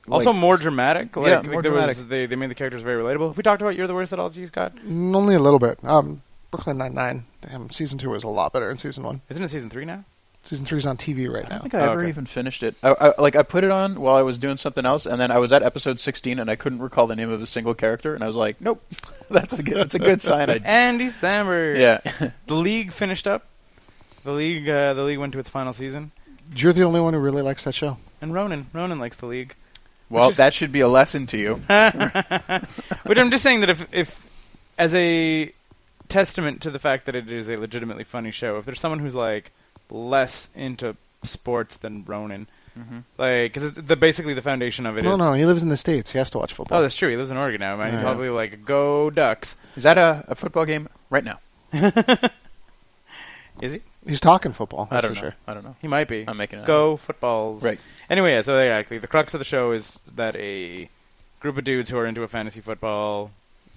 Speaker 4: also
Speaker 3: like,
Speaker 4: more dramatic. Like,
Speaker 3: Yeah,
Speaker 4: like
Speaker 3: more
Speaker 4: there was
Speaker 3: dramatic.
Speaker 4: they, they made the characters very relatable. Have we talked about You're the Worst at all, G Scott?
Speaker 5: Mm, Only a little bit. Um, Brooklyn Nine Nine. Damn, season two was a lot better than season one.
Speaker 4: Isn't it season three now?
Speaker 5: Season three's on TV right
Speaker 3: I
Speaker 5: now.
Speaker 3: don't think I
Speaker 4: Oh,
Speaker 3: ever
Speaker 4: okay.
Speaker 3: even finished it. I, I, like I put it on while I was doing something else, and then I was at episode 16, and I couldn't recall the name of a single character, and I was like, "Nope, that's a good, that's a good sign." I,
Speaker 4: Andy Samberg.
Speaker 3: yeah,
Speaker 4: The league finished up. The league uh, the league went to its final season.
Speaker 5: You're the only one who really likes that show.
Speaker 4: And Ronan. Ronan likes the league.
Speaker 3: well,
Speaker 4: Which is-
Speaker 3: that should be a lesson to you.
Speaker 4: But I'm just saying that if, if as a testament to the fact that it is a legitimately funny show, if there's someone who's like less into sports than Ronan, like because the basically the foundation of it is
Speaker 5: No, no, he lives in the states. He has to watch football.
Speaker 4: Oh, that's true. He lives in Oregon now, man. He's
Speaker 3: Yeah.
Speaker 4: probably like, "Go Ducks!"
Speaker 3: Is that a, a football game right now?
Speaker 4: Is he?
Speaker 5: He's talking football.
Speaker 4: I
Speaker 5: that's
Speaker 4: don't
Speaker 5: for
Speaker 4: know.
Speaker 5: sure.
Speaker 3: I don't know.
Speaker 4: He might be.
Speaker 3: I'm making it
Speaker 4: Go footballs.
Speaker 3: Right.
Speaker 4: Anyway, yeah, so exactly, the crux of the show is that a group of dudes who are into a fantasy football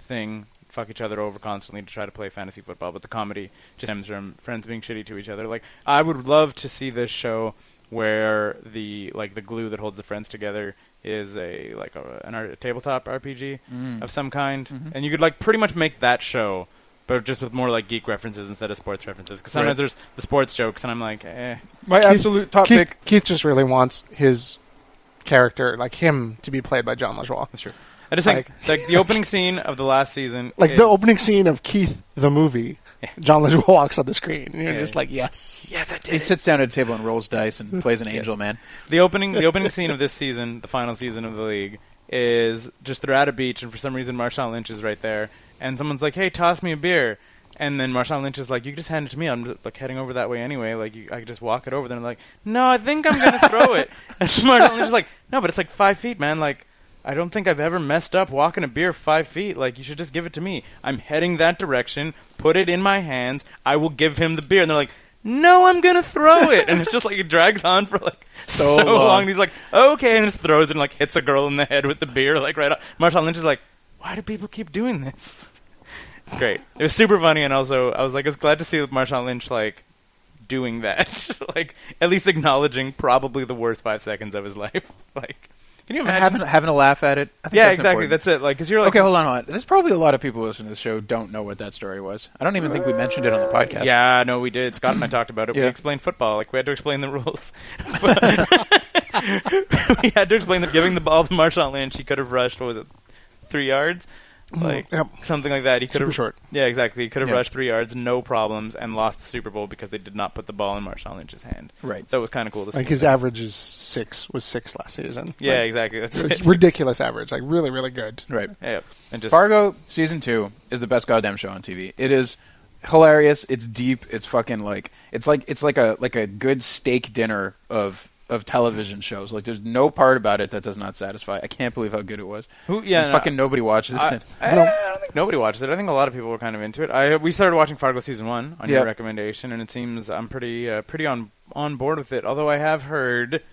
Speaker 4: thing fuck each other over constantly to try to play fantasy football, but the comedy just stems from friends being shitty to each other. Like, I would love to see this show where the like the glue that holds the friends together is a like a, an art, a tabletop RPG
Speaker 3: Mm.
Speaker 4: of some kind,
Speaker 3: Mm-hmm.
Speaker 4: and you could like pretty much make that show. But just with more like geek references instead of sports references, because sometimes
Speaker 3: Right.
Speaker 4: there's the sports jokes, and I'm like, eh.
Speaker 3: My
Speaker 5: Keith-
Speaker 3: absolute top
Speaker 5: Keith,
Speaker 3: pick.
Speaker 5: Keith just really wants his character, like him, to be played by John LaJoie.
Speaker 4: That's true. I just think like, the opening scene of the last season,
Speaker 5: Like
Speaker 4: is-
Speaker 5: the opening scene of Keith the movie, John LaJoie walks on the screen, and you're
Speaker 4: Yeah.
Speaker 5: just like, yes.
Speaker 4: yes, I did.
Speaker 3: He sits down at a table and rolls dice and plays an angel man.
Speaker 4: The opening, the opening scene of this season, the final season of the league, is just they're at a beach, and for some reason Marshawn Lynch is right there, and someone's like, "Hey, toss me a beer," and then Marshawn Lynch is like, "You can just hand it to me. I'm just, like heading over that way anyway. Like you, I could just walk it over." Then I'm like, "No, I think I'm gonna throw it." And Marshawn Lynch is like, "No, but it's like five feet, man. Like." I don't think I've ever messed up walking a beer five feet. Like you should just give it to me. I'm heading that direction. Put it in my hands. I will give him the beer. And they're like, "No, I'm gonna throw it." And it's just like it drags on for like so,
Speaker 3: So
Speaker 4: long.
Speaker 3: long.
Speaker 4: And he's like, "Okay," and just throws it and like hits a girl in the head with the beer. Like right. Off. Marshawn Lynch is like, "Why do people keep doing this?" It's great. It was super funny, and also I was like, I was glad to see Marshawn Lynch like doing that, like at least acknowledging probably the worst five seconds of his life. Like, can you
Speaker 3: And
Speaker 4: imagine?
Speaker 3: having having a laugh at it. I think
Speaker 4: Yeah,
Speaker 3: that's
Speaker 4: exactly.
Speaker 3: important.
Speaker 4: That's it. Like, because you're like,
Speaker 3: okay, hold on, hold on. There's probably a lot of people listening to this show don't know what that story was. I don't even think we mentioned it on the podcast.
Speaker 4: yeah, no, we did. Scott and I talked about it. We
Speaker 3: Yeah.
Speaker 4: explained football. Like, we had to explain the rules. But- we had to explain that giving the ball to Marshawn Lynch, he could have rushed. What was it, three yards? Like
Speaker 5: Mm, Yep.
Speaker 4: something like that. He could
Speaker 5: Super
Speaker 4: have
Speaker 5: short.
Speaker 4: Yeah, exactly. He could have
Speaker 3: Yeah.
Speaker 4: rushed three yards, no problems, and lost the Super Bowl because they did not put the ball in Marshawn Lynch's hand.
Speaker 3: Right.
Speaker 4: So it was kind of cool to see.
Speaker 5: Like his average is six was six last season.
Speaker 4: yeah,
Speaker 5: Like,
Speaker 4: exactly. That's
Speaker 5: r-
Speaker 4: it.
Speaker 5: ridiculous average. Like really, really good.
Speaker 3: Right.
Speaker 4: Yeah, and just
Speaker 3: Fargo season two is the best goddamn show on TV. It is hilarious. It's deep. It's fucking like it's like it's like a like a good steak dinner of of television shows. Like there's no part about it that does not satisfy. I can't believe how good it was.
Speaker 4: Who- yeah,
Speaker 3: And
Speaker 4: no,
Speaker 3: fucking nobody watches
Speaker 4: I,
Speaker 3: it.
Speaker 4: I- I don't think nobody watches it. I think a lot of people were kind of into it. I we started watching Fargo season one on your
Speaker 3: Yeah.
Speaker 4: recommendation, and it seems I'm pretty uh, pretty on on board with it. Although I have heard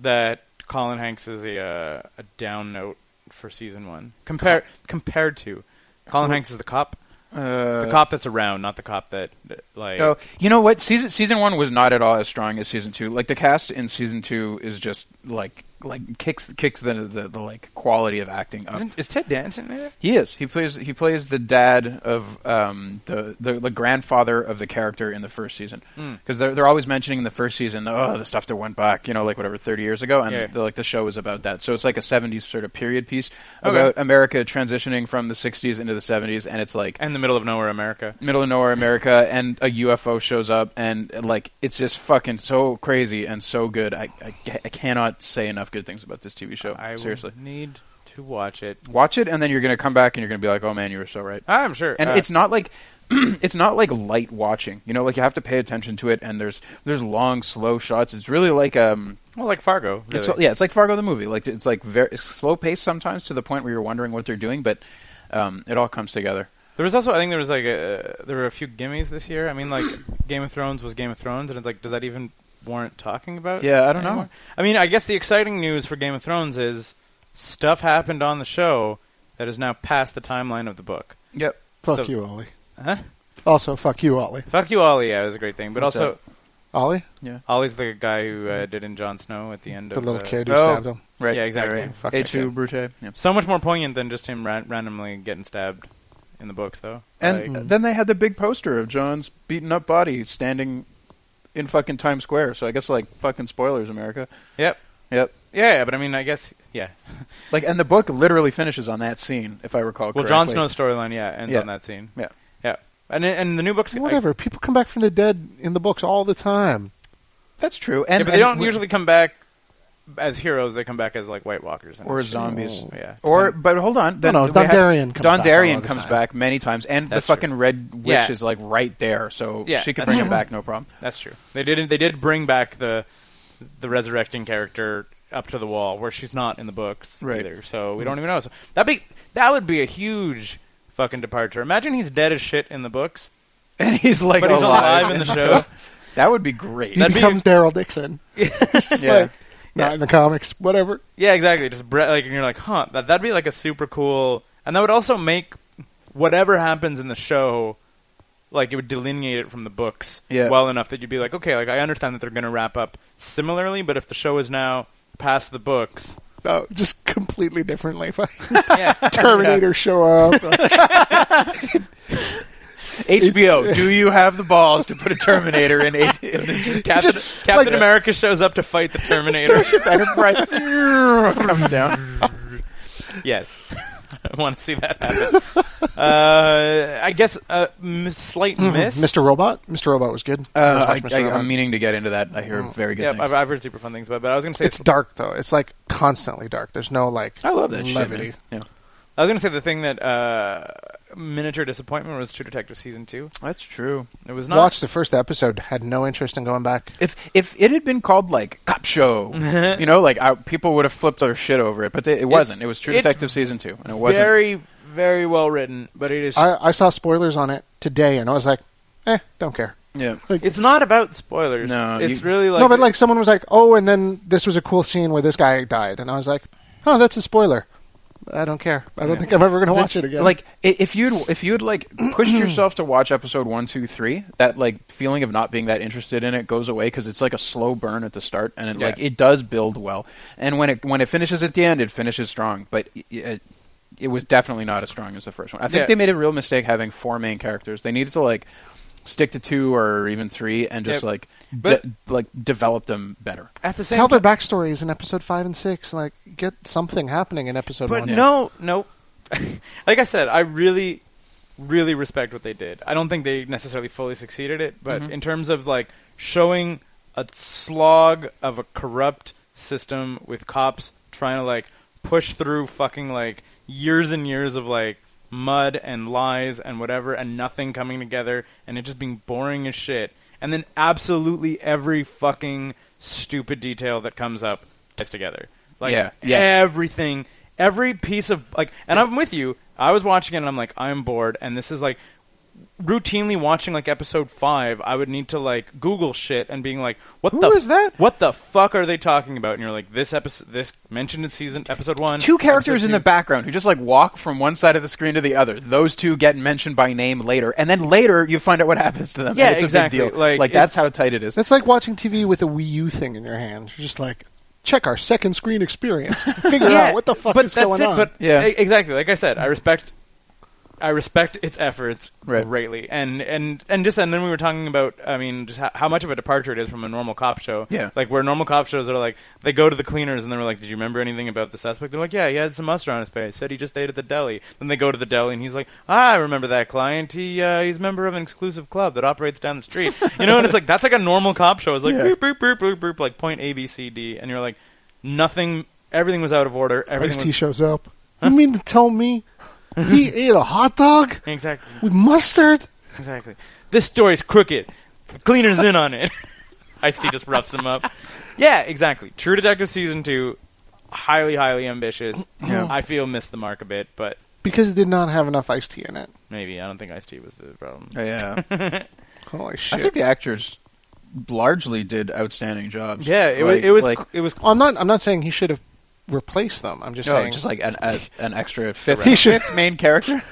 Speaker 4: that Colin Hanks is a uh, a down note for season one compared compared to Colin Hanks is the cop,
Speaker 3: Uh,
Speaker 4: the cop that's around, not the cop that that, like.
Speaker 3: Oh, you know what? Season season one was not at all as strong as season two. Like the cast in season two is just like like kicks kicks the the, the like quality of acting up.
Speaker 4: Isn't, is Ted Danson in it?
Speaker 3: He is. He plays. He plays the dad of um, the, the the grandfather of the character in the first season.
Speaker 4: Hmm.
Speaker 3: Because they're they're always mentioning in the first season, oh, the stuff that went back, you know, like whatever thirty years ago, and
Speaker 4: Yeah.
Speaker 3: the, like the show is about that. So it's like a seventies sort of period piece
Speaker 4: Okay.
Speaker 3: about America transitioning from the sixties into the seventies, and it's like
Speaker 4: And the middle of nowhere America.
Speaker 3: middle of nowhere America, and a UFO shows up, and like it's just fucking so crazy and so good. I I, ca- I cannot say enough good things about this TV show.
Speaker 4: I will
Speaker 3: Seriously,
Speaker 4: need to watch it.
Speaker 3: watch it, and then you're going to come back and you're going to be like, "Oh man, you were so right."
Speaker 4: I'm sure.
Speaker 3: and
Speaker 4: uh,
Speaker 3: it's not like it's not like light watching. You know, like you have to pay attention to it, and there's there's long, slow shots. It's really like um,
Speaker 4: well, like Fargo.
Speaker 3: it's,
Speaker 4: really.
Speaker 3: yeah, it's like Fargo the movie. Like it's like very slow paced sometimes to the point where you're wondering what they're doing, but um, it all comes together.
Speaker 4: There was also, I think, there was like a, there were a few gimmies this year. I mean, like Game of Thrones was Game of Thrones, and it's like, does that even warrant talking about?
Speaker 3: Yeah, I don't know.
Speaker 4: I mean, I guess the exciting news for Game of Thrones is stuff happened on the show that is now past the timeline of the book.
Speaker 3: Yep.
Speaker 5: Fuck
Speaker 4: So-
Speaker 5: you, Ollie.
Speaker 4: Huh?
Speaker 5: Also, fuck you, Ollie.
Speaker 4: Fuck you, Ollie. Yeah, it was a great thing. But
Speaker 3: What's
Speaker 4: also,
Speaker 3: that? Mm-hmm.
Speaker 5: Ollie,
Speaker 4: Ollie's the guy who uh, did in Jon Snow at the end
Speaker 5: the
Speaker 4: of
Speaker 5: little
Speaker 4: uh,
Speaker 5: kid who
Speaker 3: oh.
Speaker 5: stabbed him.
Speaker 3: Right.
Speaker 4: Yeah, exactly.
Speaker 3: Right.
Speaker 5: Fuck
Speaker 3: A2
Speaker 5: yeah.
Speaker 3: Brute. Yeah.
Speaker 4: So much more poignant than just him ra- randomly getting stabbed in the books, though.
Speaker 3: And
Speaker 4: Like-
Speaker 3: then they had the big poster of John's beaten up body standing in fucking Times Square. So I guess like fucking spoilers, America.
Speaker 4: yep,
Speaker 3: Yep.
Speaker 4: yeah, yeah, but I mean, I guess, yeah.
Speaker 3: Like, and the book literally finishes on that scene, if I recall
Speaker 4: Well,
Speaker 3: correctly.
Speaker 4: Jon Snow's storyline, yeah, ends
Speaker 3: Yeah.
Speaker 4: on that scene.
Speaker 3: Yeah.
Speaker 4: Yeah, and and the new books, I-
Speaker 5: Whatever. People come back from the dead in the books all the time.
Speaker 3: That's true.
Speaker 4: yeah,
Speaker 3: And
Speaker 4: but they don't
Speaker 3: and-
Speaker 4: usually come back as heroes. They come back as like White Walkers and
Speaker 3: or
Speaker 4: shit.
Speaker 3: zombies.
Speaker 4: Yeah.
Speaker 3: Or but hold on, then
Speaker 5: no,
Speaker 3: we have-
Speaker 5: Dondarrion comes back
Speaker 3: Dondarrion
Speaker 5: all the
Speaker 3: comes
Speaker 5: time.
Speaker 3: back many times, and
Speaker 4: That's
Speaker 3: the fucking red witch
Speaker 4: Yeah.
Speaker 3: is like right there, so
Speaker 4: Yeah,
Speaker 3: she could
Speaker 4: that's
Speaker 3: bring him
Speaker 4: true.
Speaker 3: back, no problem.
Speaker 4: That's true. They did they did bring back the the resurrecting character up to the wall where she's not in the books
Speaker 3: Right.
Speaker 4: either. So we don't even know. So that be that would be a huge fucking departure. Imagine he's dead as shit in the books,
Speaker 3: And he's like,
Speaker 4: but he's
Speaker 3: alive,
Speaker 4: alive in the show.
Speaker 3: That would be great.
Speaker 5: He
Speaker 4: That'd be-
Speaker 5: becomes Daryl Dixon.
Speaker 3: yeah.
Speaker 5: like- Not in the comics. Whatever.
Speaker 4: Yeah, exactly. Just bre- like and you're like, huh? That that'd be like a super cool, and that would also make whatever happens in the show, like it would delineate it from the books
Speaker 3: Yeah.
Speaker 4: well enough that you'd be like, okay, like I understand that they're gonna wrap up similarly, but if the show is now past the books,
Speaker 5: No, Uh, just completely differently.
Speaker 4: yeah,
Speaker 5: Terminator show up.
Speaker 3: HBO, do you have the balls to put a Terminator in, a- in this
Speaker 4: Captain,
Speaker 5: Just,
Speaker 4: Captain
Speaker 5: like-
Speaker 4: America shows up to fight the Terminator.
Speaker 3: Starship Enterprise? comes down.
Speaker 4: yes, I want to see that happen. uh, I guess a m- slight miss,
Speaker 5: Mr. Robot. Mr. Robot was good.
Speaker 3: Uh, I,
Speaker 5: Mr.
Speaker 3: I,
Speaker 5: Robot.
Speaker 3: I'm meaning to get into that. I hear very good
Speaker 4: Mm. Yeah,
Speaker 3: things.
Speaker 4: I've, I've heard super fun things about, it, but I was gonna say
Speaker 5: it's dark though. It's like constantly dark. There's no like.
Speaker 3: I love that
Speaker 5: levity.
Speaker 3: shit. man. Yeah.
Speaker 4: I was gonna say the thing that uh, miniature disappointment was True Detective season two.
Speaker 3: That's true.
Speaker 4: It was not.
Speaker 5: Watched the first episode. Had no interest in going back.
Speaker 3: If if it had been called like cop show, you know, like I, people would have flipped their shit over it, but they, it wasn't. It was True
Speaker 4: it's
Speaker 3: Detective season two, and it wasn't.
Speaker 4: very very well written, but it is.
Speaker 5: I, I saw spoilers on it today, and I was like, eh, don't care.
Speaker 3: yeah.
Speaker 4: it's not about spoilers.
Speaker 3: No,
Speaker 4: it's
Speaker 3: you-
Speaker 4: really like
Speaker 5: no, but like someone was like, oh, and then this was a cool scene where this guy died, and I was like, oh, that's a spoiler. I don't care. I don't think I'm ever going to watch it again.
Speaker 3: Like i- if you'd if you'd like pushed yourself to watch episode one, two, three, that like feeling of not being that interested in it goes away because it's like a slow burn at the start, and it, like
Speaker 4: Yeah.
Speaker 3: it does build well. And when it when it finishes at the end, it finishes strong, but y- y- it, it was definitely not as strong as the first one. I think
Speaker 4: Yeah.
Speaker 3: they made a real mistake having four main characters. They needed to like stick to two or even three and just
Speaker 4: Yeah.
Speaker 3: like de-
Speaker 4: But-
Speaker 3: like develop them better.
Speaker 4: at the same
Speaker 5: tell
Speaker 4: time.
Speaker 5: their backstories in episode five and six. Like, get something happening in episode
Speaker 4: But
Speaker 5: one.
Speaker 4: no, no. like I said, I really, really respect what they did. I don't think they necessarily fully succeeded it, but in terms of like showing a slog of a corrupt system with cops trying to like push through fucking like years and years of like mud and lies and whatever and nothing coming together and it just being boring as shit and then absolutely every fucking stupid detail that comes up ties together like
Speaker 3: Yeah, yeah.
Speaker 4: everything, every piece of like. And I'm with you. I was watching it, and I'm like, I'm bored, and this is like routinely watching like episode five. I would need to like Google shit and being like, what
Speaker 5: Who
Speaker 4: the
Speaker 5: is that?
Speaker 4: What the fuck are they talking about? And you're like, this episode, this mentioned in season episode one.
Speaker 3: two characters
Speaker 4: episode
Speaker 3: in the
Speaker 4: two.
Speaker 3: background who just like walk from one side of the screen to the other. Those two get mentioned by name later, and then later you find out what happens to them.
Speaker 4: Yeah,
Speaker 3: and it's
Speaker 4: exactly.
Speaker 3: a big deal.
Speaker 4: Like,
Speaker 3: that's
Speaker 4: it's-
Speaker 3: how tight it is.
Speaker 5: That's like watching TV with a Wii U thing in your hand. You're just like, check our second screen experience to figure out what the fuck
Speaker 4: but
Speaker 5: is
Speaker 4: that's
Speaker 5: going
Speaker 4: it,
Speaker 5: on.
Speaker 4: But
Speaker 3: Yeah.
Speaker 4: e- exactly. Like I said, I respect, I respect its efforts
Speaker 3: Right.
Speaker 4: greatly, and and and just and then we were talking about, I mean, just how, how much of a departure it is from a normal cop show.
Speaker 3: Yeah.
Speaker 4: like where normal cop shows are like they go to the cleaners and they were like, "Did you remember anything about the suspect?" They're like, "Yeah, he had some mustard on his face. Said he just ate at the deli." Then they go to the deli and he's like, "Ah, I remember that client. He uh, he's a member of an exclusive club that operates down the street." you know, and it's like that's like a normal cop show. It's like
Speaker 3: Yeah.
Speaker 4: boop boop boop boop boop like point A B C D, and you're like. Nothing. Everything was out of order.
Speaker 5: Ice
Speaker 4: Everything.
Speaker 5: T
Speaker 4: Was,
Speaker 5: shows up. You mean to tell me he ate a hot dog
Speaker 4: exactly.
Speaker 5: with mustard?
Speaker 4: Exactly. This story's crooked. Cleaner's in on it. Ice T just roughs him up. Yeah, exactly. True Detective season two, highly, highly ambitious.
Speaker 3: Yeah.
Speaker 4: I feel missed the mark a bit, but
Speaker 5: Because it did not have enough iced tea in it.
Speaker 4: maybe I don't think Ice T was the problem.
Speaker 3: Yeah.
Speaker 5: Holy shit!
Speaker 3: I think the actors largely did outstanding jobs.
Speaker 4: Yeah, it
Speaker 3: Like-
Speaker 4: was. It was.
Speaker 3: like,
Speaker 4: it was.
Speaker 5: I'm not. I'm not saying he should have replaced them. I'm just
Speaker 3: no,
Speaker 4: Oh.
Speaker 5: saying,
Speaker 3: just like an, a, an extra fifth,
Speaker 5: He should-
Speaker 3: fifth main character.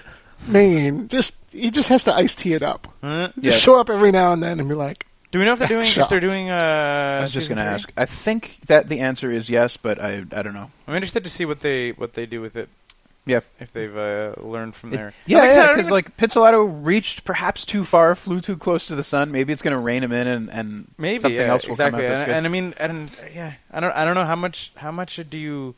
Speaker 5: man, just he just has to ice tea it up.
Speaker 4: Huh?
Speaker 3: Yeah.
Speaker 5: Just show up every now and then and be like,
Speaker 4: Do we know if they're doing? if
Speaker 5: Shocked.
Speaker 4: they're doing? Uh,
Speaker 3: I was just
Speaker 4: season
Speaker 3: going to
Speaker 4: three?
Speaker 3: ask. I think that the answer is yes, but I I don't know.
Speaker 4: I'm interested to see what they what they do with it
Speaker 3: Yeah.
Speaker 4: if they've uh, learned from
Speaker 3: It-
Speaker 4: there.
Speaker 3: yeah,
Speaker 4: like I said, I
Speaker 3: yeah,
Speaker 4: don't
Speaker 3: because
Speaker 4: even-
Speaker 3: like Pizzolatto reached perhaps too far, flew too close to the sun. Maybe it's going to rain him in, and, and
Speaker 4: maybe
Speaker 3: something
Speaker 4: yeah,
Speaker 3: else will
Speaker 4: exactly.
Speaker 3: come out that's
Speaker 4: and,
Speaker 3: good.
Speaker 4: and I mean, and yeah, I don't I don't know how much how much do you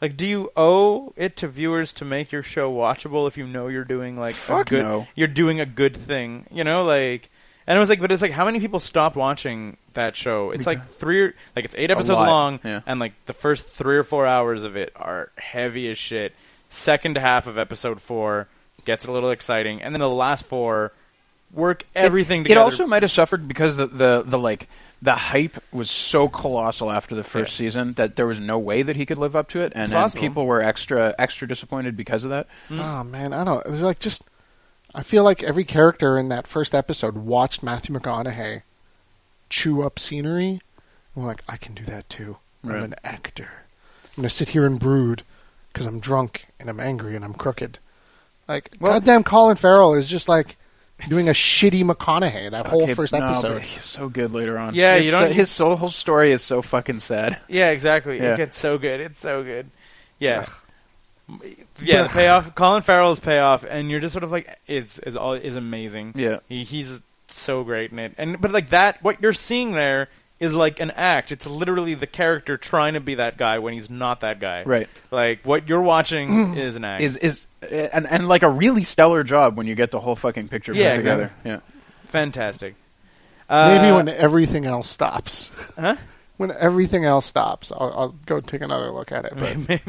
Speaker 4: like? Do you owe it to viewers to make your show watchable if you know you're doing like
Speaker 3: Fuck
Speaker 4: a good
Speaker 3: no.
Speaker 4: you're doing a good thing? You know, like. And it was like, but it's like, how many people stopped watching that show? It's like three, or, like it's eight episodes
Speaker 3: lot,
Speaker 4: long,
Speaker 3: yeah.
Speaker 4: and like the first three or four hours of it are heavy as shit. Second half of episode four gets a little exciting, and then the last four work everything
Speaker 3: It,
Speaker 4: together.
Speaker 3: It also might have suffered because the, the, the like the hype was so colossal after the first
Speaker 4: Yeah.
Speaker 3: season that there was no way that he could live up to it, and, and
Speaker 4: Plausible.
Speaker 3: people were extra extra disappointed because of that.
Speaker 5: oh man, I don't. It's like just. I feel like every character in that first episode watched Matthew McConaughey chew up scenery. I'm like, I can do that too.
Speaker 3: Right.
Speaker 5: I'm an actor. I'm gonna sit here and brood because I'm drunk and I'm angry and I'm crooked. Like, goddamn, Colin Farrell is just like doing a shitty McConaughey that whole
Speaker 3: Okay,
Speaker 5: first
Speaker 3: no, but
Speaker 5: episode.
Speaker 3: he's so good later on.
Speaker 4: Yeah,
Speaker 3: his,
Speaker 4: you don't-
Speaker 3: his so- whole story is so fucking sad.
Speaker 4: Yeah, exactly.
Speaker 3: Yeah.
Speaker 4: It gets so good. It's so good. Yeah. Yeah, the payoff. Colin Farrell's payoff, and you're just sort of like, is is all is amazing.
Speaker 3: Yeah.
Speaker 4: he, he's so great in it. And but like that, what you're seeing there is like an act. It's literally the character trying to be that guy when he's not that guy.
Speaker 3: Right.
Speaker 4: Like what you're watching is an act.
Speaker 3: Is is and and like a really stellar job when you get the whole fucking picture
Speaker 4: Yeah,
Speaker 3: put together.
Speaker 4: exactly.
Speaker 3: Yeah.
Speaker 4: fantastic.
Speaker 5: Maybe
Speaker 4: Uh,
Speaker 5: when everything else stops.
Speaker 4: Huh?
Speaker 5: When everything else stops, I'll, I'll go take another look at it. But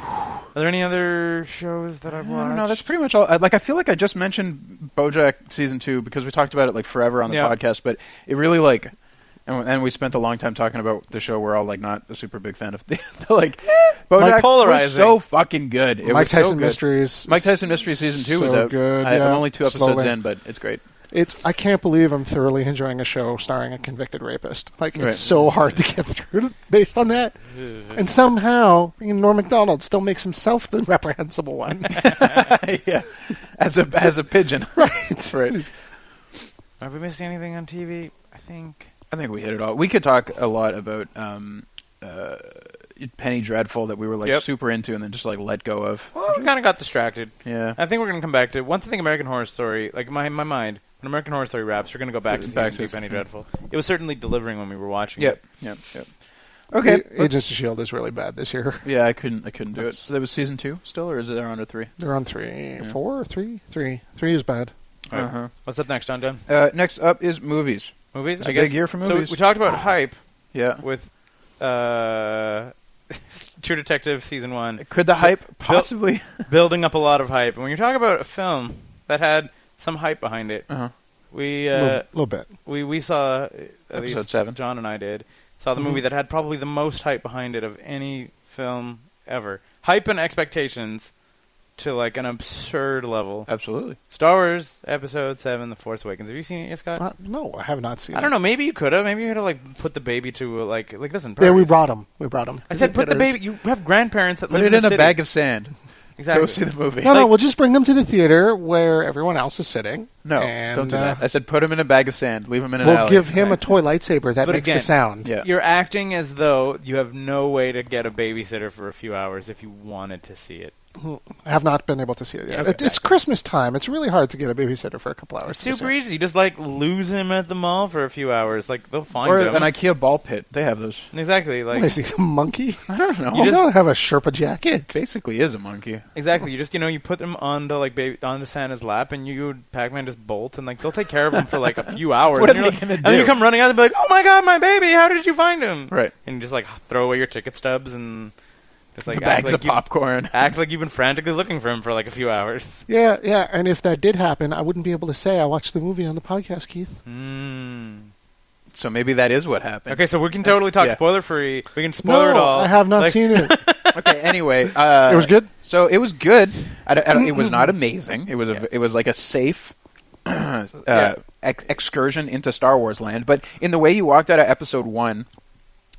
Speaker 4: Are there any other shows that I've
Speaker 3: I
Speaker 4: watched?
Speaker 3: don't know. That's pretty much all. I- Like, I feel like I just mentioned BoJack season two because we talked about it like forever on the
Speaker 4: Yeah.
Speaker 3: podcast, but it really like, and, and we spent a long time talking about the show. We're all like not a super big fan of the, the, like BoJack
Speaker 4: polarizing.
Speaker 3: was so fucking good. It
Speaker 5: Eh, Mike
Speaker 3: was so
Speaker 5: Tyson
Speaker 3: good.
Speaker 5: Mysteries.
Speaker 3: Mike Tyson Mystery season two
Speaker 5: so
Speaker 3: was out.
Speaker 5: Good,
Speaker 3: I,
Speaker 5: yeah.
Speaker 3: I'm only two episodes
Speaker 5: Slowly.
Speaker 3: in, but it's great.
Speaker 5: It's. I can't believe I'm thoroughly enjoying a show starring a convicted rapist. Like
Speaker 3: Right.
Speaker 5: it's so hard to get through based on that. And somehow, you know, Norm Macdonald still makes himself the reprehensible one.
Speaker 3: yeah, as a as a pigeon.
Speaker 5: right.
Speaker 3: Right.
Speaker 4: Are we missing anything on TV? I think.
Speaker 3: I think we hit it all. We could talk a lot about um, uh, Penny Dreadful that we were like
Speaker 4: Yep.
Speaker 3: super into and then just like let go of.
Speaker 4: Well, we kind of got distracted.
Speaker 3: Yeah.
Speaker 4: I think we're gonna come back to once I think American Horror Story, like my my mind, when American Horror Story wraps, we're gonna go back to
Speaker 3: Back
Speaker 4: season
Speaker 3: to
Speaker 4: two,
Speaker 3: s-
Speaker 4: Penny Dreadful. It was certainly delivering when we were watching.
Speaker 3: Yep.
Speaker 4: it.
Speaker 3: Yep. Yep. Okay. let's-
Speaker 5: Agents of Shield is really bad this year.
Speaker 3: Yeah, I couldn't. I couldn't do it.
Speaker 5: That's-
Speaker 3: That was season two still, or is it there under three?
Speaker 5: They're on three, four, three, three, three is bad.
Speaker 4: Alright.
Speaker 3: Uh-huh.
Speaker 4: What's up next, John? Done
Speaker 3: Uh, next up is movies.
Speaker 4: movies.
Speaker 3: It's
Speaker 4: I
Speaker 3: a
Speaker 4: guess.
Speaker 3: big year for
Speaker 4: So we,
Speaker 3: movies.
Speaker 4: we talked about hype
Speaker 3: Yeah.
Speaker 4: with uh, True Detective season one,
Speaker 3: Could the hype possibly?
Speaker 4: building up a lot of hype. And when you talk about a film that had some hype behind it,
Speaker 3: Uh-huh.
Speaker 4: we
Speaker 5: A
Speaker 4: uh,
Speaker 5: little, little bit.
Speaker 4: we we saw uh, at
Speaker 3: Episode
Speaker 4: least
Speaker 3: seven. Mm-hmm.
Speaker 4: John and I did saw the movie that had probably the most hype behind it of any film ever. Hype and expectations to like an absurd level.
Speaker 3: Absolutely.
Speaker 4: Star Wars Episode Seven: The Force Awakens. Have you seen it, yet, Scott?
Speaker 5: Uh, no, I have not seen.
Speaker 4: I don't
Speaker 5: it.
Speaker 4: know. Maybe you could have. Maybe you could have like put the baby to uh, like like listen.
Speaker 5: Yeah, we
Speaker 4: priorities.
Speaker 5: brought him. We brought him.
Speaker 4: I said put the baby. You have grandparents that
Speaker 3: Put
Speaker 4: live
Speaker 3: it
Speaker 4: in,
Speaker 3: in
Speaker 4: the
Speaker 3: a
Speaker 4: city.
Speaker 3: bag of sand.
Speaker 4: Exactly.
Speaker 3: Go see the movie.
Speaker 5: No, no,
Speaker 4: Like-
Speaker 5: we'll just bring them to the theater where everyone else is sitting.
Speaker 3: No,
Speaker 5: and,
Speaker 3: don't do
Speaker 5: uh,
Speaker 3: that. I said put him in a bag of sand. Leave him in an
Speaker 5: we'll
Speaker 3: alley.
Speaker 5: give him a toy lightsaber that
Speaker 4: But
Speaker 5: makes
Speaker 4: again-
Speaker 5: the sound.
Speaker 3: Yeah.
Speaker 4: You're acting as though you have no way to get a babysitter for a few hours if you wanted to see it.
Speaker 5: I have not been able to see it yet.
Speaker 4: Yeah, okay.
Speaker 5: It- It's Christmas time. It's really hard to get a babysitter for a couple hours. to
Speaker 4: Super
Speaker 5: see it.
Speaker 4: easy. Just like lose him at the mall for a few hours. Like they'll find
Speaker 3: Or
Speaker 4: him.
Speaker 3: an IKEA ball pit. They have those.
Speaker 4: exactly.
Speaker 5: What
Speaker 4: Like
Speaker 5: is he, a monkey?
Speaker 3: I don't know.
Speaker 5: You
Speaker 4: just-
Speaker 5: don't have a Sherpa jacket.
Speaker 3: basically is a monkey.
Speaker 4: exactly. You just you know you put them on the like baby on the Santa's lap and you Pac Man Titus Bolt, and like they'll take care of him for like a few hours.
Speaker 3: What
Speaker 4: and
Speaker 3: are
Speaker 4: you're
Speaker 3: they
Speaker 4: like-
Speaker 3: gonna
Speaker 4: And then you
Speaker 3: do?
Speaker 4: come running out and be like, "Oh my god, my baby! How did you find him?"
Speaker 3: Right.
Speaker 4: And you just like throw away your ticket stubs and just like
Speaker 3: the
Speaker 4: act
Speaker 3: bags
Speaker 4: like
Speaker 3: of
Speaker 4: you-
Speaker 3: popcorn.
Speaker 4: Act like you've been frantically looking for him for like a few hours.
Speaker 5: Yeah, yeah. And if that did happen, I wouldn't be able to say I watched the movie on the podcast, Keith.
Speaker 4: Mm.
Speaker 3: So maybe that is what happened.
Speaker 4: Okay, so we can totally talk
Speaker 3: Yeah.
Speaker 4: spoiler free. We can spoil it
Speaker 5: no,
Speaker 4: all.
Speaker 5: I have not
Speaker 4: Like-
Speaker 5: seen it.
Speaker 3: okay. Anyway, uh,
Speaker 5: It was good?
Speaker 3: So it was good. I don't- I don't- it was not amazing. It was a, it was like a safe uh, ex- excursion into Star Wars land. But in the way you walked out of Episode One,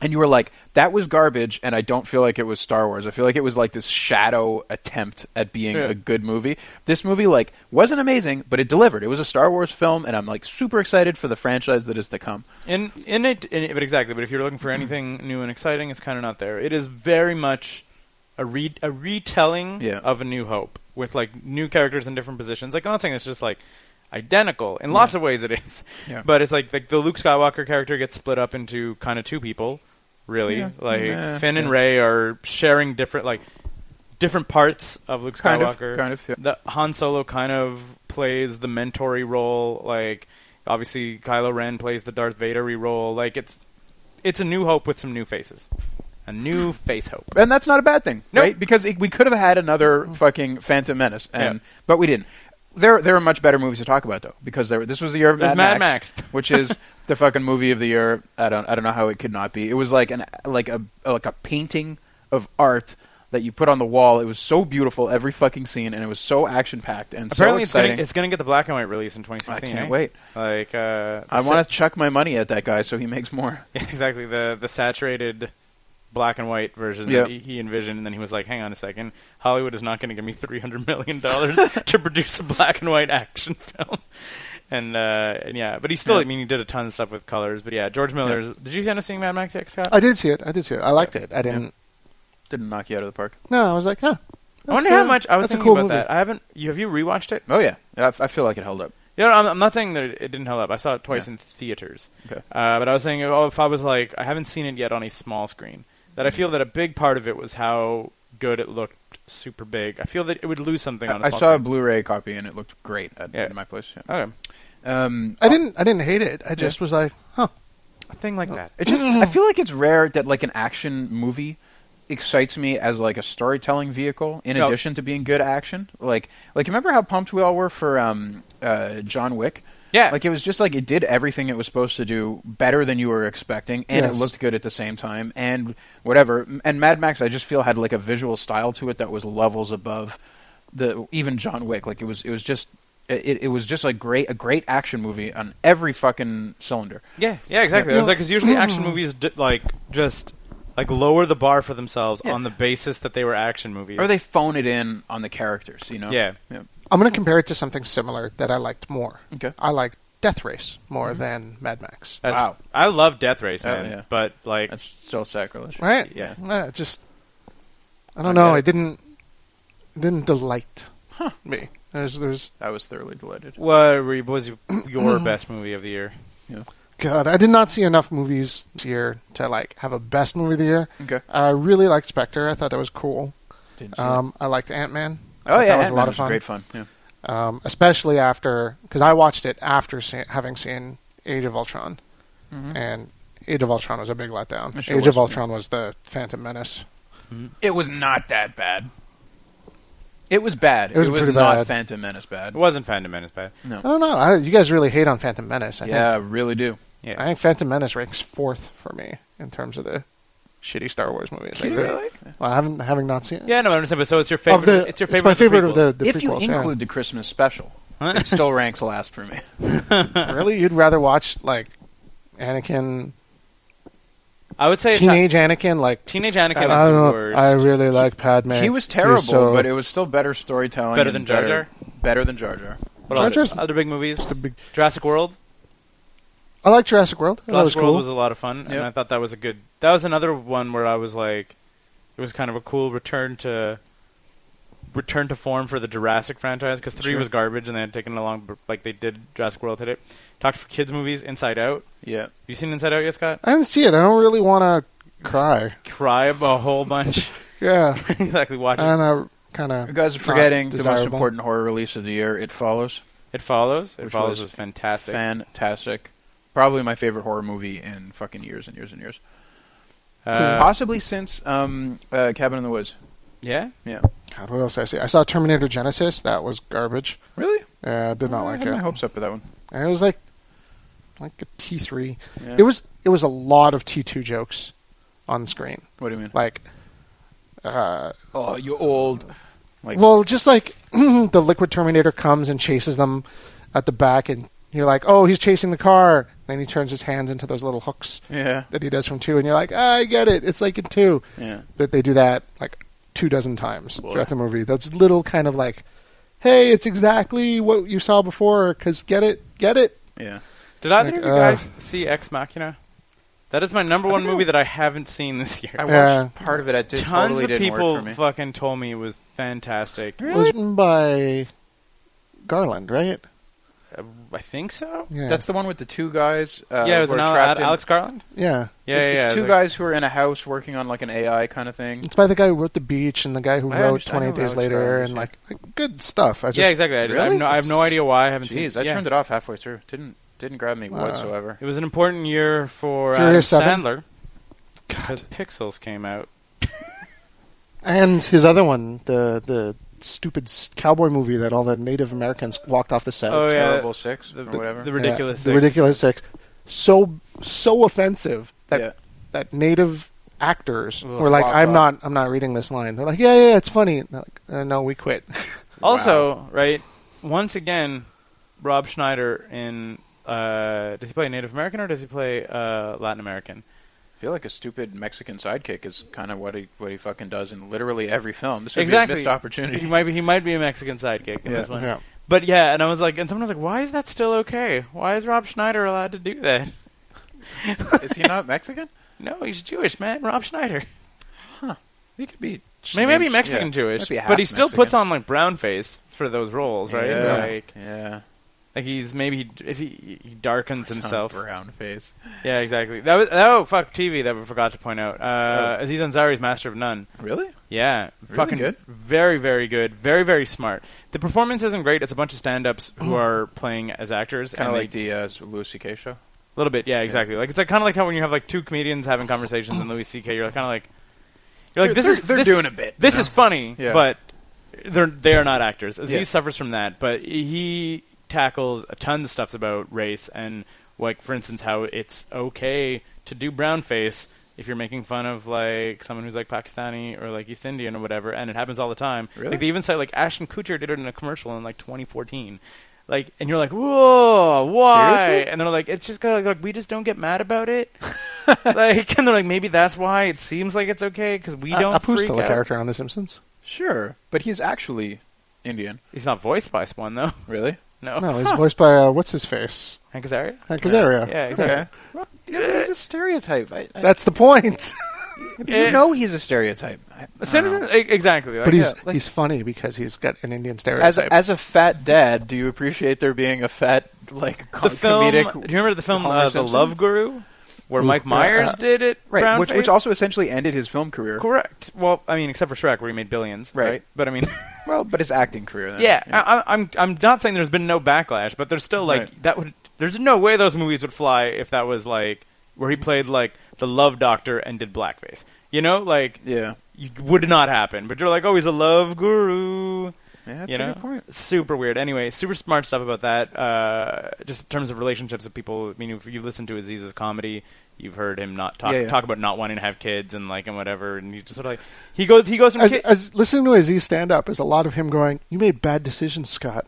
Speaker 3: and you were like, "That was garbage," and I don't feel like it was Star Wars. I feel like it was like this shadow attempt at being
Speaker 4: Yeah.
Speaker 3: a good movie. This movie like wasn't amazing, but it delivered. It was a Star Wars film, and I'm like super excited for the franchise that is to come.
Speaker 4: In in it, in it- but exactly. But if you're looking for anything new and exciting, it's kind of not there. It is very much a re a retelling
Speaker 3: Yeah.
Speaker 4: of A New Hope with like new characters in different positions. Like I'm not saying it's just like identical in lots of ways. It is,
Speaker 3: Yeah.
Speaker 4: but it's like like the Luke Skywalker character gets split up into kind of two people. Really,
Speaker 3: Yeah.
Speaker 4: like
Speaker 3: Nah.
Speaker 4: Finn and
Speaker 3: Yeah.
Speaker 4: Ray are sharing different like different parts of Luke
Speaker 3: Kind of,
Speaker 4: Skywalker.
Speaker 3: kind of, yeah.
Speaker 4: The Han Solo kind of plays the mentory role. Like obviously Kylo Ren plays the Darth Vadery role. Like it's it's a new hope with some new faces, a new face hope.
Speaker 3: and that's not a bad thing,
Speaker 4: Nope.
Speaker 3: right? Because it, we could have had another fucking Phantom Menace, and but we didn't. There, there are much better movies to talk about though, because there, this was the year of
Speaker 4: There's
Speaker 3: Mad,
Speaker 4: Mad
Speaker 3: Max,
Speaker 4: Max.
Speaker 3: which is the fucking movie of the year. I don't, I don't know how it could not be. It was like an, like a, like a painting of art that you put on the wall. It was so beautiful, every fucking scene, and it was so action packed and
Speaker 4: Apparently,
Speaker 3: so exciting.
Speaker 4: it's gonna it's gonna get the black and white release in 2016.
Speaker 3: I can't
Speaker 4: eh?
Speaker 3: wait.
Speaker 4: Like uh,
Speaker 3: I want to chuck my money at that guy so he makes more.
Speaker 4: Yeah, exactly. The the saturated black and white version
Speaker 3: Yeah.
Speaker 4: that he- he envisioned, and then he was like, "Hang on a second, Hollywood is not going to give me three hundred million dollars to produce a black and white action film." And, uh, and yeah, but he still. I mean, he did a ton of stuff with colors. But yeah, George Miller's. Did you end up seeing Mad Max yet, Scott?
Speaker 5: I did see it. I did see it. I liked it. I didn't.
Speaker 3: Didn't knock you out of the park.
Speaker 5: No, I was like, huh.
Speaker 4: I wonder
Speaker 5: that's
Speaker 4: how
Speaker 5: a-
Speaker 4: much. I was
Speaker 5: that's a
Speaker 4: thinking
Speaker 5: cool
Speaker 4: about
Speaker 5: movie.
Speaker 4: that. I haven't. You, have you rewatched it?
Speaker 3: Oh yeah, I, I feel like it held up.
Speaker 4: Yeah, I'm, I'm not saying that it didn't hold up. I saw it twice
Speaker 3: Yeah.
Speaker 4: in theaters.
Speaker 3: Okay.
Speaker 4: Uh, but I was saying, oh, if I was like, I haven't seen it yet on a small screen, that I
Speaker 3: Mm-hmm.
Speaker 4: feel that a big part of it was how good it looked super big. I feel that it would lose something on a
Speaker 3: I, I
Speaker 4: small
Speaker 3: saw a
Speaker 4: screen.
Speaker 3: Blu-ray copy and it looked great at,
Speaker 4: Yeah.
Speaker 3: in my place. yeah.
Speaker 4: Okay.
Speaker 3: Um,
Speaker 5: I didn't. I didn't hate it. I just was like, huh.
Speaker 4: A thing like that.
Speaker 3: Oh. It just I feel like it's rare that like an action movie excites me as like a storytelling vehicle in
Speaker 4: No.
Speaker 3: addition to being good action. Like like remember how pumped we all were for um uh John Wick?
Speaker 4: Yeah.
Speaker 3: Like it was just like it did everything it was supposed to do better than you were expecting and
Speaker 5: Yes.
Speaker 3: it looked good at the same time and whatever. And Mad Max I just feel had like a visual style to it that was levels above the even John Wick. Like it was it was just it, it was just like great a great action movie on every fucking cylinder.
Speaker 4: Yeah, yeah, exactly.
Speaker 3: Yeah.
Speaker 4: It was like because usually action movies d- like just like lower the bar for themselves
Speaker 3: Yeah.
Speaker 4: on the basis that they were action movies.
Speaker 3: or they phone it in on the characters, you know?
Speaker 4: Yeah.
Speaker 5: I'm going to compare it to something similar that I liked more.
Speaker 3: Okay.
Speaker 5: I liked Death Race more
Speaker 4: Mm-hmm.
Speaker 5: than Mad Max.
Speaker 4: That's,
Speaker 3: Wow.
Speaker 4: I love Death Race,
Speaker 3: Oh,
Speaker 4: man.
Speaker 3: yeah.
Speaker 4: But like,
Speaker 3: That's still sacrilege.
Speaker 5: right?
Speaker 4: yeah.
Speaker 5: Yeah, it just I don't
Speaker 3: I
Speaker 5: know.
Speaker 3: get it.
Speaker 5: It didn't it didn't delight me. There's there's
Speaker 3: I was thoroughly delighted.
Speaker 4: what were you- was your best movie of the year?
Speaker 5: God, I did not see enough movies this year to like have a best movie of the year.
Speaker 3: Okay.
Speaker 5: I really liked Spectre. I thought that was cool.
Speaker 3: Didn't see
Speaker 5: Um, I liked Ant Man.
Speaker 3: that. Oh, yeah.
Speaker 5: that was
Speaker 3: Ant-Man
Speaker 5: a lot of fun.
Speaker 3: Great fun. Yeah.
Speaker 5: Um, especially after because I watched it after see- having seen Age of Ultron, and Age of Ultron was a big letdown.
Speaker 3: Mm-hmm. It sure
Speaker 5: Age of
Speaker 3: was.
Speaker 5: Ultron was the Phantom Menace.
Speaker 3: It was not that bad. It was bad. It
Speaker 5: was
Speaker 3: was,
Speaker 5: pretty
Speaker 3: not
Speaker 5: bad.
Speaker 3: Phantom Menace bad.
Speaker 4: It wasn't Phantom Menace, bad.
Speaker 5: I don't know. I, you guys really hate on Phantom Menace. I
Speaker 3: Yeah,
Speaker 5: think
Speaker 3: I really do.
Speaker 4: Yeah.
Speaker 5: I think Phantom Menace ranks fourth for me in terms of the shitty Star Wars movies. Like, they're-
Speaker 4: Really?
Speaker 5: Well, I haven't having not seen it.
Speaker 4: Yeah, no, I understand. But so it's your
Speaker 5: Of
Speaker 4: favorite.
Speaker 5: the-
Speaker 4: it's your
Speaker 5: it's
Speaker 4: favorite.
Speaker 5: my
Speaker 4: of the
Speaker 5: favorite of
Speaker 4: prequels.
Speaker 5: the
Speaker 3: if you
Speaker 5: prequels, yeah.
Speaker 3: include the Christmas special,
Speaker 4: Huh?
Speaker 3: it still ranks last for me.
Speaker 5: really, you'd rather watch like Anakin,
Speaker 4: I would say it's
Speaker 5: teenage Anakin, like
Speaker 4: teenage Anakin
Speaker 5: I
Speaker 4: is the
Speaker 5: don't know.
Speaker 4: worst.
Speaker 5: I really like Padme.
Speaker 3: He was
Speaker 5: He's
Speaker 3: terrible,
Speaker 5: so-
Speaker 3: but it was still better storytelling.
Speaker 4: Better
Speaker 3: and
Speaker 4: than Jar Jar?
Speaker 3: Better than Jar Jar.
Speaker 4: what else?
Speaker 5: Jar Jar's-
Speaker 4: Other big movies.
Speaker 5: the big-
Speaker 4: Jurassic World.
Speaker 5: I like Jurassic World. That
Speaker 4: Jurassic
Speaker 5: was cool.
Speaker 4: World was a lot of fun, and
Speaker 3: Yeah.
Speaker 4: I thought that was a good. That was another one where I was like, it was kind of a cool return to return to form for the Jurassic franchise because three
Speaker 3: Sure.
Speaker 4: was garbage, and they had taken it along b- like they did Jurassic World did it. Talked for kids movies, Inside Out.
Speaker 3: Yeah.
Speaker 4: You seen Inside Out yet, Scott?
Speaker 5: I didn't see it. I don't really want to cry.
Speaker 4: Cry a whole bunch.
Speaker 5: Yeah,
Speaker 4: exactly. Watch it.
Speaker 5: and I kind of
Speaker 3: You guys are forgetting the most important horror release of the year, It Follows.
Speaker 4: It follows. It
Speaker 3: Which
Speaker 4: follows
Speaker 3: was
Speaker 4: was fantastic.
Speaker 3: Fantastic. Probably my favorite horror movie in fucking years and years and years.
Speaker 4: Uh,
Speaker 3: Possibly since um, uh, Cabin in the Woods.
Speaker 4: yeah.
Speaker 3: Yeah.
Speaker 5: God, what else did I see? I saw Terminator Genesis. That was garbage.
Speaker 3: Really?
Speaker 5: Uh, did not
Speaker 3: I
Speaker 5: like
Speaker 3: had
Speaker 5: it.
Speaker 3: my hopes up for that one.
Speaker 5: And it was like like a T three.
Speaker 3: Yeah.
Speaker 5: It was it was a lot of T two jokes on screen.
Speaker 3: What do you mean?
Speaker 5: Like uh,
Speaker 3: oh, you old. Like,
Speaker 5: well, just like the liquid terminator comes and chases them at the back and you're like, Oh, he's chasing the car then he turns his hands into those little hooks
Speaker 3: yeah,
Speaker 5: that he does from two and you're like, ah, I get it, it's like in two.
Speaker 3: yeah.
Speaker 5: But they do that like two dozen times
Speaker 3: Boy.
Speaker 5: throughout the movie. That's little kind of like Hey, it's exactly what you saw before. Cause get it, get it.
Speaker 3: Yeah.
Speaker 4: Did either
Speaker 5: Like,
Speaker 4: of you
Speaker 5: uh,
Speaker 4: guys see Ex Machina? That is my number one
Speaker 3: think I-
Speaker 4: movie that I haven't seen this year.
Speaker 3: I watched
Speaker 5: Yeah.
Speaker 3: part of it. It did,
Speaker 4: Tons
Speaker 3: totally
Speaker 4: of
Speaker 3: didn't
Speaker 4: people
Speaker 3: work for me.
Speaker 4: fucking told me it was fantastic.
Speaker 5: It was written by Garland, right?
Speaker 4: Uh, I think so.
Speaker 5: Yeah.
Speaker 3: That's the one with the two guys. Uh,
Speaker 4: yeah, it was
Speaker 3: who
Speaker 4: an
Speaker 3: are
Speaker 4: Al-
Speaker 3: trapped in-
Speaker 4: Alex Garland.
Speaker 5: yeah.
Speaker 4: Yeah,
Speaker 3: it-
Speaker 4: yeah, yeah.
Speaker 3: It's two
Speaker 4: like-
Speaker 3: guys who are in a house working on like an AI kind of thing.
Speaker 5: It's by the guy who wrote The Beach and the guy who
Speaker 3: I
Speaker 5: wrote
Speaker 3: understand- I know
Speaker 5: 28 Days
Speaker 3: Alex
Speaker 5: Later
Speaker 3: Garland,
Speaker 5: and
Speaker 3: yeah.
Speaker 5: like good stuff. I just,
Speaker 4: Yeah, exactly. I, I, have
Speaker 3: Really?
Speaker 4: no, I have no
Speaker 3: It's-
Speaker 4: idea why I haven't
Speaker 3: Jeez,
Speaker 4: seen.
Speaker 3: I
Speaker 4: yeah.
Speaker 3: turned it off halfway through. Didn't didn't grab me whatsoever.
Speaker 4: It was an important year for
Speaker 5: Furious
Speaker 4: Adam Sandler
Speaker 5: Seven?
Speaker 4: because Pixels came out.
Speaker 5: And his other one, the the stupid s- cowboy movie that all the Native Americans walked off the set.
Speaker 4: Oh, yeah.
Speaker 3: Terrible six
Speaker 4: The,
Speaker 3: or
Speaker 4: the-
Speaker 3: whatever.
Speaker 4: the
Speaker 5: Yeah,
Speaker 4: ridiculous.
Speaker 5: the
Speaker 4: Six.
Speaker 5: ridiculous six. So so offensive that
Speaker 3: Yeah.
Speaker 5: that Native actors
Speaker 4: Ugh,
Speaker 5: were like,
Speaker 3: fuck
Speaker 5: "I'm
Speaker 3: off.
Speaker 5: not, I'm not reading this line." They're like, "Yeah, yeah, it's funny." And they're like, uh, "No, we quit."
Speaker 4: Also, right, once again, Rob Schneider in uh, does he play Native American or does he play uh, Latin American?
Speaker 3: I feel like a stupid Mexican sidekick is kind of what he what he fucking does in literally every film. This would
Speaker 4: exactly,
Speaker 3: be a missed opportunity.
Speaker 4: He might be he might be a Mexican sidekick in
Speaker 3: Yeah.
Speaker 4: this one.
Speaker 5: Yeah.
Speaker 4: But yeah, and I was like, and someone was like, why is that still okay? Why is Rob Schneider allowed to do that?
Speaker 3: is he not Mexican?
Speaker 4: No, he's Jewish, man. Rob Schneider.
Speaker 3: He could be.
Speaker 4: I mean, maybe
Speaker 3: yeah,
Speaker 4: Mexican Jewish,
Speaker 3: might be half
Speaker 4: but he still
Speaker 3: Mexican.
Speaker 4: puts on like brown face for those roles, right?
Speaker 3: Yeah.
Speaker 4: Like,
Speaker 3: yeah.
Speaker 4: like he's maybe if he, he darkens
Speaker 3: Some
Speaker 4: himself.
Speaker 3: brown face.
Speaker 4: Yeah, exactly. That was oh fuck TV that we forgot to point out. Uh,
Speaker 3: Oh.
Speaker 4: Aziz Ansari's Master of None.
Speaker 3: Really?
Speaker 4: Yeah, fucking
Speaker 3: good.
Speaker 4: Very, very good. Very, very smart. The performance isn't great. It's a bunch of stand-ups who are playing as actors,
Speaker 3: Kind
Speaker 4: and
Speaker 3: of
Speaker 4: they-
Speaker 3: Oh. like the uh, Louis C.K. show.
Speaker 4: a little bit. Yeah, exactly. Like it's like kind of like how when you have like two comedians having conversations and Louis C.K. You're kind of like, you're like
Speaker 3: Oh. They're-
Speaker 4: this is
Speaker 3: they're- they're
Speaker 4: this-
Speaker 3: doing a bit,
Speaker 4: This
Speaker 3: you know?
Speaker 4: is funny,
Speaker 3: Yeah.
Speaker 4: but they're they are not actors. Aziz
Speaker 3: Yeah.
Speaker 4: suffers from that, but he tackles a ton of stuff about race and like for instance how it's okay to do brown face if you're making fun of like someone who's like Pakistani or like East Indian or whatever, and it happens all the time.
Speaker 3: Really?
Speaker 4: Like they even say like Ashton Kutcher did it in a commercial in like 2014. Like and you're like, whoa, why?
Speaker 3: Seriously?
Speaker 4: And they're like, it's just kind of like we just don't get mad about it. like and they're like, maybe that's why it seems like it's okay because we don't.
Speaker 5: Apu's
Speaker 4: freak
Speaker 5: still a
Speaker 4: out.
Speaker 5: character on The Simpsons.
Speaker 3: Sure, but he's actually Indian.
Speaker 4: He's not voiced by Spawn though.
Speaker 3: Really?
Speaker 4: No,
Speaker 5: No, he's voiced by uh, what's his face? Uh,
Speaker 4: Hank Azaria.
Speaker 5: Hank Azaria.
Speaker 4: Yeah, exactly.
Speaker 3: Okay. Well, yeah, but he's a stereotype. I, I,
Speaker 5: That's the point.
Speaker 4: Eh.
Speaker 3: you know he's a stereotype. I- I don't
Speaker 4: Simpson,
Speaker 3: know.
Speaker 4: e- exactly. Like,
Speaker 5: But he's
Speaker 4: yeah.
Speaker 3: like-
Speaker 5: he's funny because he's got an Indian
Speaker 3: As
Speaker 5: stereotype.
Speaker 3: a, as a fat dad, do you appreciate there being a fat like
Speaker 4: the
Speaker 3: com-
Speaker 4: film.
Speaker 3: comedic?
Speaker 4: do you remember the film
Speaker 3: Homer
Speaker 4: uh, The
Speaker 3: Simpson?
Speaker 4: Love Guru, where
Speaker 5: Ooh,
Speaker 4: Mike Myers
Speaker 5: uh,
Speaker 4: did it?
Speaker 3: right,
Speaker 4: brown
Speaker 3: which, which
Speaker 4: face?
Speaker 3: also essentially ended his film career.
Speaker 4: correct. Well, I mean, except for Shrek, where he made billions,
Speaker 3: Right.
Speaker 4: right? But I mean,
Speaker 3: Well, but his acting career. Then.
Speaker 4: yeah, I, I- I'm I'm not saying there's been no backlash, but there's still like
Speaker 3: Right.
Speaker 4: that would. There's no way those movies would fly if that was like where he played like the love doctor and did blackface. You know, like
Speaker 3: yeah.
Speaker 4: you, would not happen. But you're like, oh, he's a love guru.
Speaker 3: Yeah, that's
Speaker 4: you
Speaker 3: a
Speaker 4: know?
Speaker 3: good point.
Speaker 4: Super weird. Anyway, super smart stuff about that. Uh, just in terms of relationships with people. I mean, if you've listened to Aziz's comedy, you've heard him not talk
Speaker 3: Yeah, yeah.
Speaker 4: talk about not wanting to have kids and like and whatever. And he's just sort of like he goes he goes from
Speaker 5: as,
Speaker 4: kid-
Speaker 5: as listening to Aziz stand up is a lot of him going, "You made bad decisions, Scott.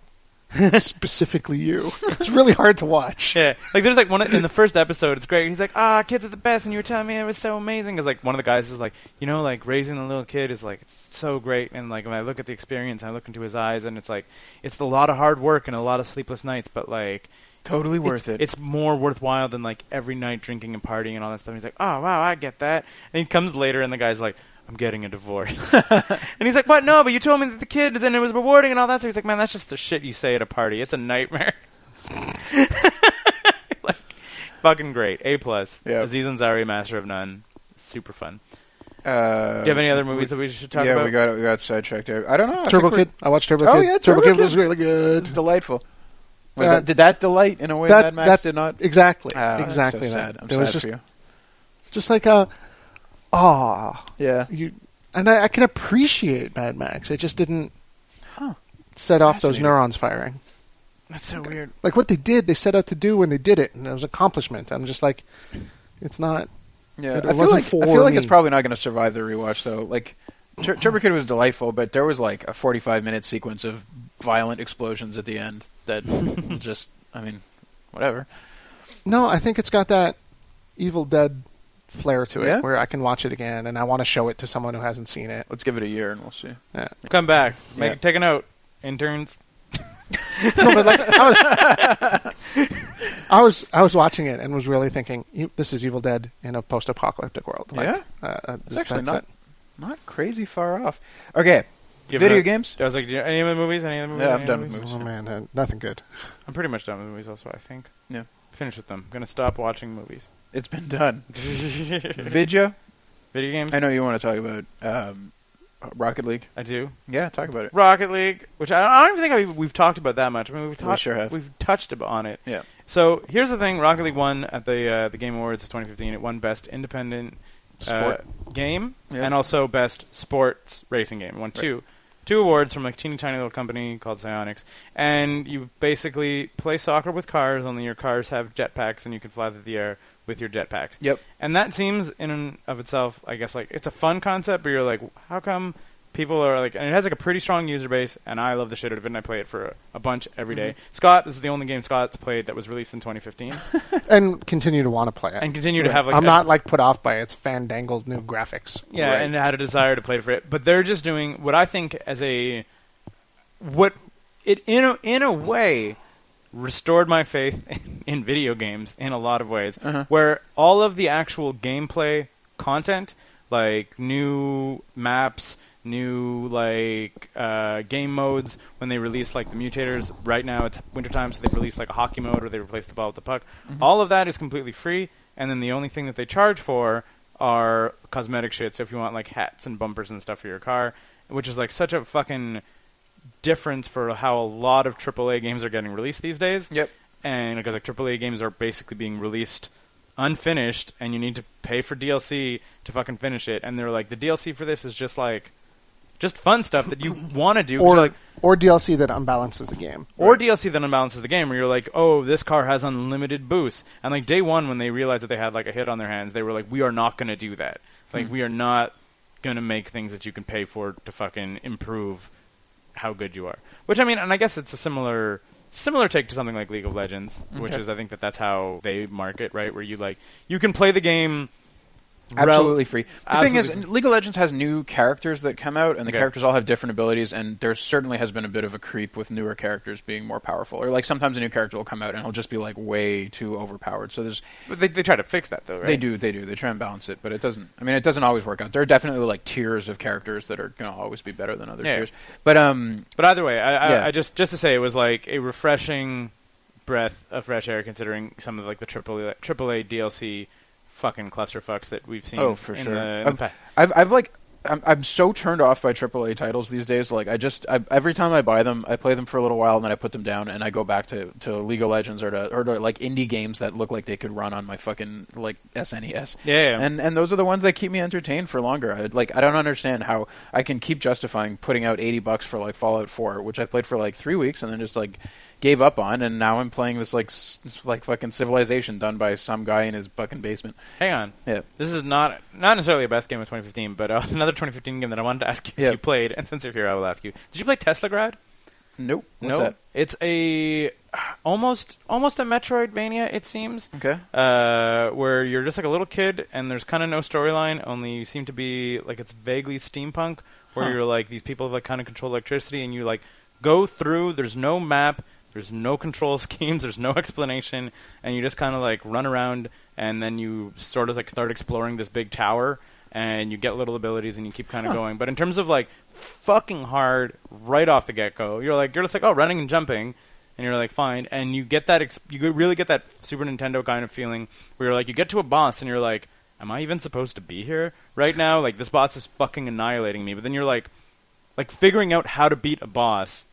Speaker 5: Specifically, you." It's really hard to watch.
Speaker 4: Yeah, like there's like one in the first episode. It's great. He's like, "Ah, kids are the best," and you were telling me it was so amazing. Because like one of the guys is like, you know, like raising a little kid is like it's so great. And like when I look at the experience, I look into his eyes, and it's like it's a lot of hard work and a lot of sleepless nights, but like
Speaker 3: Totally
Speaker 4: it's-
Speaker 3: worth it.
Speaker 4: It's more worthwhile than like every night drinking and partying and all that stuff. He's like, oh wow, I get that. And he comes later, and the guy's like, I'm getting a divorce. and he's like, what? No, but you told me that the kid is and it was rewarding and all that. So he's like, man, that's just the shit you say at a party. It's a nightmare. like, fucking great. A plus.
Speaker 3: Yeah.
Speaker 4: Aziz Ansari, master of none. Super fun.
Speaker 3: Uh,
Speaker 4: Do you have any other movies that we should talk
Speaker 3: yeah,
Speaker 4: about?
Speaker 3: we got we got sidetracked. there. I don't know. I
Speaker 5: Turbo
Speaker 3: think we're-
Speaker 5: Kid. I watched Turbo
Speaker 3: Oh,
Speaker 5: Kid.
Speaker 3: yeah, Turbo
Speaker 5: Turbo, Kid
Speaker 3: Kid.
Speaker 5: was really
Speaker 3: It's
Speaker 5: good.
Speaker 3: delightful. Like
Speaker 5: Uh,
Speaker 3: that- did that delight in a way Mad Max did not?
Speaker 5: Exactly.
Speaker 3: Ah, that's
Speaker 5: exactly.
Speaker 3: So
Speaker 5: that.
Speaker 3: sad. I'm
Speaker 5: there
Speaker 3: sad
Speaker 5: was just
Speaker 3: for you.
Speaker 5: just like a ah
Speaker 3: Yeah.
Speaker 5: you and I, I can appreciate Mad Max. It just didn't set off those
Speaker 3: Fascinating.
Speaker 5: neurons firing.
Speaker 4: That's so weird.
Speaker 5: Like what they did, they set out to do when they did it, and it was an accomplishment. I'm just like, it's not.
Speaker 3: Yeah,
Speaker 5: It
Speaker 3: I feel
Speaker 5: wasn't
Speaker 3: like I
Speaker 5: for
Speaker 3: feel like it's
Speaker 5: me.
Speaker 3: probably not going to survive the rewatch though. Like Tur- Turbo Kid was delightful, but there was like a 45 minute sequence of violent explosions at the end that just I mean, whatever.
Speaker 5: No, I think it's got that Evil Dead flair to it,
Speaker 3: Yeah?
Speaker 5: where I can watch it again and I want to show it to someone who hasn't seen it.
Speaker 3: Let's give it a year and we'll see.
Speaker 5: Yeah.
Speaker 4: Come back. Make,
Speaker 3: Yeah.
Speaker 4: Take a note. Interns.
Speaker 5: No, but like I was, I was, I was watching it and was really thinking, "You- this is Evil Dead in a post-apocalyptic world. Like,
Speaker 3: Yeah.
Speaker 5: uh, uh,
Speaker 3: It's
Speaker 5: this-
Speaker 3: actually
Speaker 5: that's
Speaker 3: not
Speaker 5: it.
Speaker 3: not crazy far off. Okay,
Speaker 4: You have
Speaker 3: video
Speaker 4: no-
Speaker 3: games.
Speaker 4: I was like, do you, any of the movies? Any of the movies?
Speaker 3: Yeah, I'm
Speaker 4: Any of
Speaker 3: done
Speaker 4: the
Speaker 3: with
Speaker 5: Oh man, uh, nothing good.
Speaker 4: I'm pretty much done with movies. Also, I think.
Speaker 3: Yeah.
Speaker 4: Finished with them. Gonna stop watching movies.
Speaker 3: It's been done.
Speaker 4: video
Speaker 3: Vidya,
Speaker 4: games.
Speaker 3: I know you want to talk about um, Rocket League.
Speaker 4: I do.
Speaker 3: Yeah, talk about it.
Speaker 4: Rocket League, which I don't, I don't even think I, we've talked about that much. I mean, we've talked,
Speaker 3: sure have.
Speaker 4: we've touched ab- on it.
Speaker 3: Yeah.
Speaker 4: So here's the thing: Rocket League won at the uh, the Game Awards of 2015. It won Best Independent
Speaker 3: Sport.
Speaker 4: Uh, Game
Speaker 3: Yeah.
Speaker 4: and also Best Sports Racing Game. It won two two awards from a teeny tiny little company called Psionics. And you basically play soccer with cars. Only your cars have jetpacks, and you can fly through the air with your jetpacks.
Speaker 3: Yep.
Speaker 4: And that seems in and of itself, I guess, like it's a fun concept. But you're like, how come people are like? And it has like a pretty strong user base, and I love the shit out of it, and I play it for a, a bunch every day.
Speaker 3: Mm-hmm.
Speaker 4: Scott, this is the only game Scott's played that was released in 2015,
Speaker 5: And continue to want to play it.
Speaker 4: and continue to have like
Speaker 5: I'm
Speaker 4: a-
Speaker 5: not like put off by its fandangled new graphics.
Speaker 4: yeah,
Speaker 3: Right.
Speaker 4: and had a desire to play for it. But they're just doing what I think as a what it in a, in a way restored my faith in, video games in a lot of ways, where all of the actual gameplay content, like new maps, new like uh, game modes, when they release like the mutators. Right now it's wintertime, so they release like a hockey mode, or they replace the ball with the puck. All of that is completely free, and then the only thing that they charge for are cosmetic shit. So if you want like hats and bumpers and stuff for your car, which is like such a fucking difference for how a lot of AAA games are getting released these days.
Speaker 3: Yep.
Speaker 4: And because like AAA games are basically being released unfinished, and you need to pay for DLC to fucking finish it. And they're like, the DLC for this is just like just fun stuff that you want to do. 'cause
Speaker 5: Or
Speaker 4: you're like,
Speaker 5: or DLC that unbalances the game.
Speaker 4: or DLC that unbalances the game, where you're like, oh, this car has unlimited boosts. And like day one, when they realized that they had like a hit on their hands, they were like, we are not going to do that. Like we are not going to make things that you can pay for to fucking improve how good you are. Which I mean, and I guess it's a similar similar take to something like League of Legends, which is I think that that's how they market, right? Where you like you can play the game rel-
Speaker 3: Absolutely free. The thing
Speaker 4: absolutely
Speaker 3: is, League of Legends has new characters that come out, and the
Speaker 4: Okay.
Speaker 3: characters all have different abilities. And there certainly has been a bit of a creep with newer characters being more powerful, or like sometimes a new character will come out and he'll just be like way too overpowered. So there's
Speaker 4: But they, they try to fix that though, right?
Speaker 3: they do they do they try and balance it, but it doesn't. I mean, it doesn't always work out. There are definitely like tiers of characters that are going to always be better than other
Speaker 4: Yeah.
Speaker 3: tiers. But um,
Speaker 4: But either way, I, I,
Speaker 3: Yeah.
Speaker 4: I just just to say it was like a refreshing breath of fresh air, considering some of like the triple triple A DLC fucking clusterfucks that we've seen.
Speaker 3: oh for
Speaker 4: in
Speaker 3: sure,
Speaker 4: the- in the
Speaker 3: I've,
Speaker 4: pa-
Speaker 3: I've I've like. I'm, I'm so turned off by AAA titles these days. Like, I just I, every time I buy them, I play them for a little while, and then I put them down, and I go back to, to League of Legends or to or to like indie games that look like they could run on my fucking like SNES.
Speaker 4: Yeah.
Speaker 3: and and those are the ones that keep me entertained for longer. I, like, I don't understand how I can keep justifying putting out eighty bucks for like Fallout Four, which I played for like three weeks, and then just like gave up on, and now I'm playing this like s- like fucking Civilization done by some guy in his fucking basement.
Speaker 4: hang on.
Speaker 3: Yeah.
Speaker 4: This is not not necessarily a best game of 2015, but uh, another 2015 game that I wanted to ask you
Speaker 3: Yeah.
Speaker 4: if you played, and since you're here, I will ask you. Did you play Tesla Grad?
Speaker 3: Nope. What's
Speaker 4: no,
Speaker 3: that?
Speaker 4: it's a uh, almost almost a Metroidvania. It seems
Speaker 3: Okay.
Speaker 4: uh, where you're just like a little kid, and there's kind of no storyline. Only you seem to be like it's vaguely steampunk, where
Speaker 3: Huh.
Speaker 4: you're like these people that kind of control electricity, and you like go through. There's no map, there's no control schemes, there's no explanation, and you just kind of like run around, and then you sort of like start exploring this big tower, and you get little abilities, and you keep kind of going. But in terms of like fucking hard right off the get go, you're like you're just like oh running and jumping and you're like fine and you get that ex- you really get that super nintendo kind of feeling where you're like you get to a boss and you're like am i even supposed to be here right now like this boss is fucking annihilating me but then you're like like figuring out how to beat a boss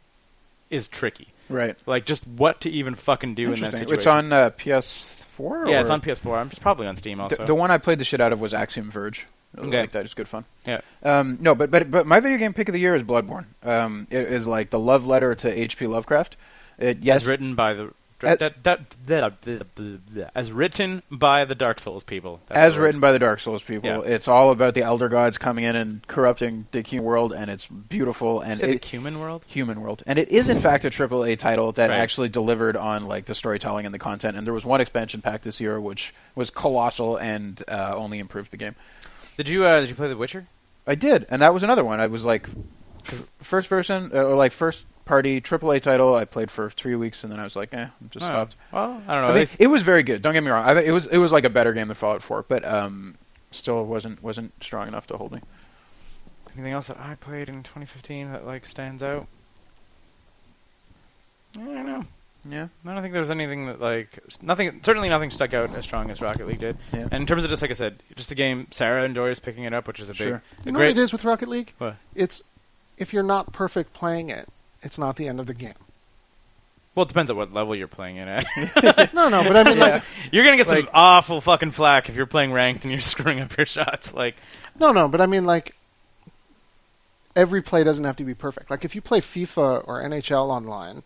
Speaker 4: is tricky
Speaker 3: Right.
Speaker 4: Like just what to even fucking do in that
Speaker 3: Interesting.
Speaker 4: situation.
Speaker 3: It's on uh, PS4.
Speaker 4: yeah,
Speaker 3: or-
Speaker 4: it's on PS4. I'm just probably on Steam also.
Speaker 3: The, the one I played the shit out of was Axiom Verge. I
Speaker 4: Okay.
Speaker 3: like that. It's good fun.
Speaker 4: yeah.
Speaker 3: Um, no, but but but my video game pick of the year is Bloodborne. Um, it is like the love letter to H.P. Lovecraft. It yes,
Speaker 4: as written by the
Speaker 3: As-
Speaker 4: that- that- that- that- as written by the Dark Souls people. That's
Speaker 3: as
Speaker 4: the word.
Speaker 3: written by the Dark Souls people.
Speaker 4: Yeah.
Speaker 3: It's all about the Elder Gods coming in and corrupting the human world, and it's beautiful and
Speaker 4: Is it
Speaker 3: it-
Speaker 4: the human world.
Speaker 3: human world. And it is in fact a triple A title that
Speaker 4: Right.
Speaker 3: actually delivered on like the storytelling and the content. And there was one expansion pack this year which was colossal and uh, only improved the game.
Speaker 4: Did you uh, did you play The Witcher?
Speaker 3: I did, and that was another one. I was like f- first person uh, or like first party AAA title. I played for three weeks, and then I was like, eh, I'm just
Speaker 4: Oh,
Speaker 3: stopped.
Speaker 4: Well, I don't know.
Speaker 3: I
Speaker 4: at
Speaker 3: mean,
Speaker 4: least-
Speaker 3: it was very good. Don't get me wrong. I, thi- it was it was like a better game than Fallout 4, but um, still wasn't wasn't strong enough to hold me.
Speaker 4: anything else that I played in 2015 that like stands out? I don't know.
Speaker 3: Yeah,
Speaker 4: I don't think there was anything that like s- nothing. Certainly, nothing stuck out as strong as Rocket League did.
Speaker 3: Yeah.
Speaker 4: And in terms of just like I said, just a game. Sarah enjoys picking it up, which is a big,
Speaker 3: Sure.
Speaker 4: a
Speaker 5: You know
Speaker 4: great.
Speaker 5: what it is with Rocket League?
Speaker 4: What?
Speaker 5: It's if you're not perfect playing it, it's not the end of the game.
Speaker 4: Well, it depends on what level you're playing it at.
Speaker 5: No, no, but I mean, like,
Speaker 4: You're gonna get
Speaker 3: Like-
Speaker 4: some awful fucking flack if you're playing ranked and you're screwing up your shots. Like,
Speaker 5: no, no, but I mean, like, every play doesn't have to be perfect. Like, if you play FIFA or NHL online,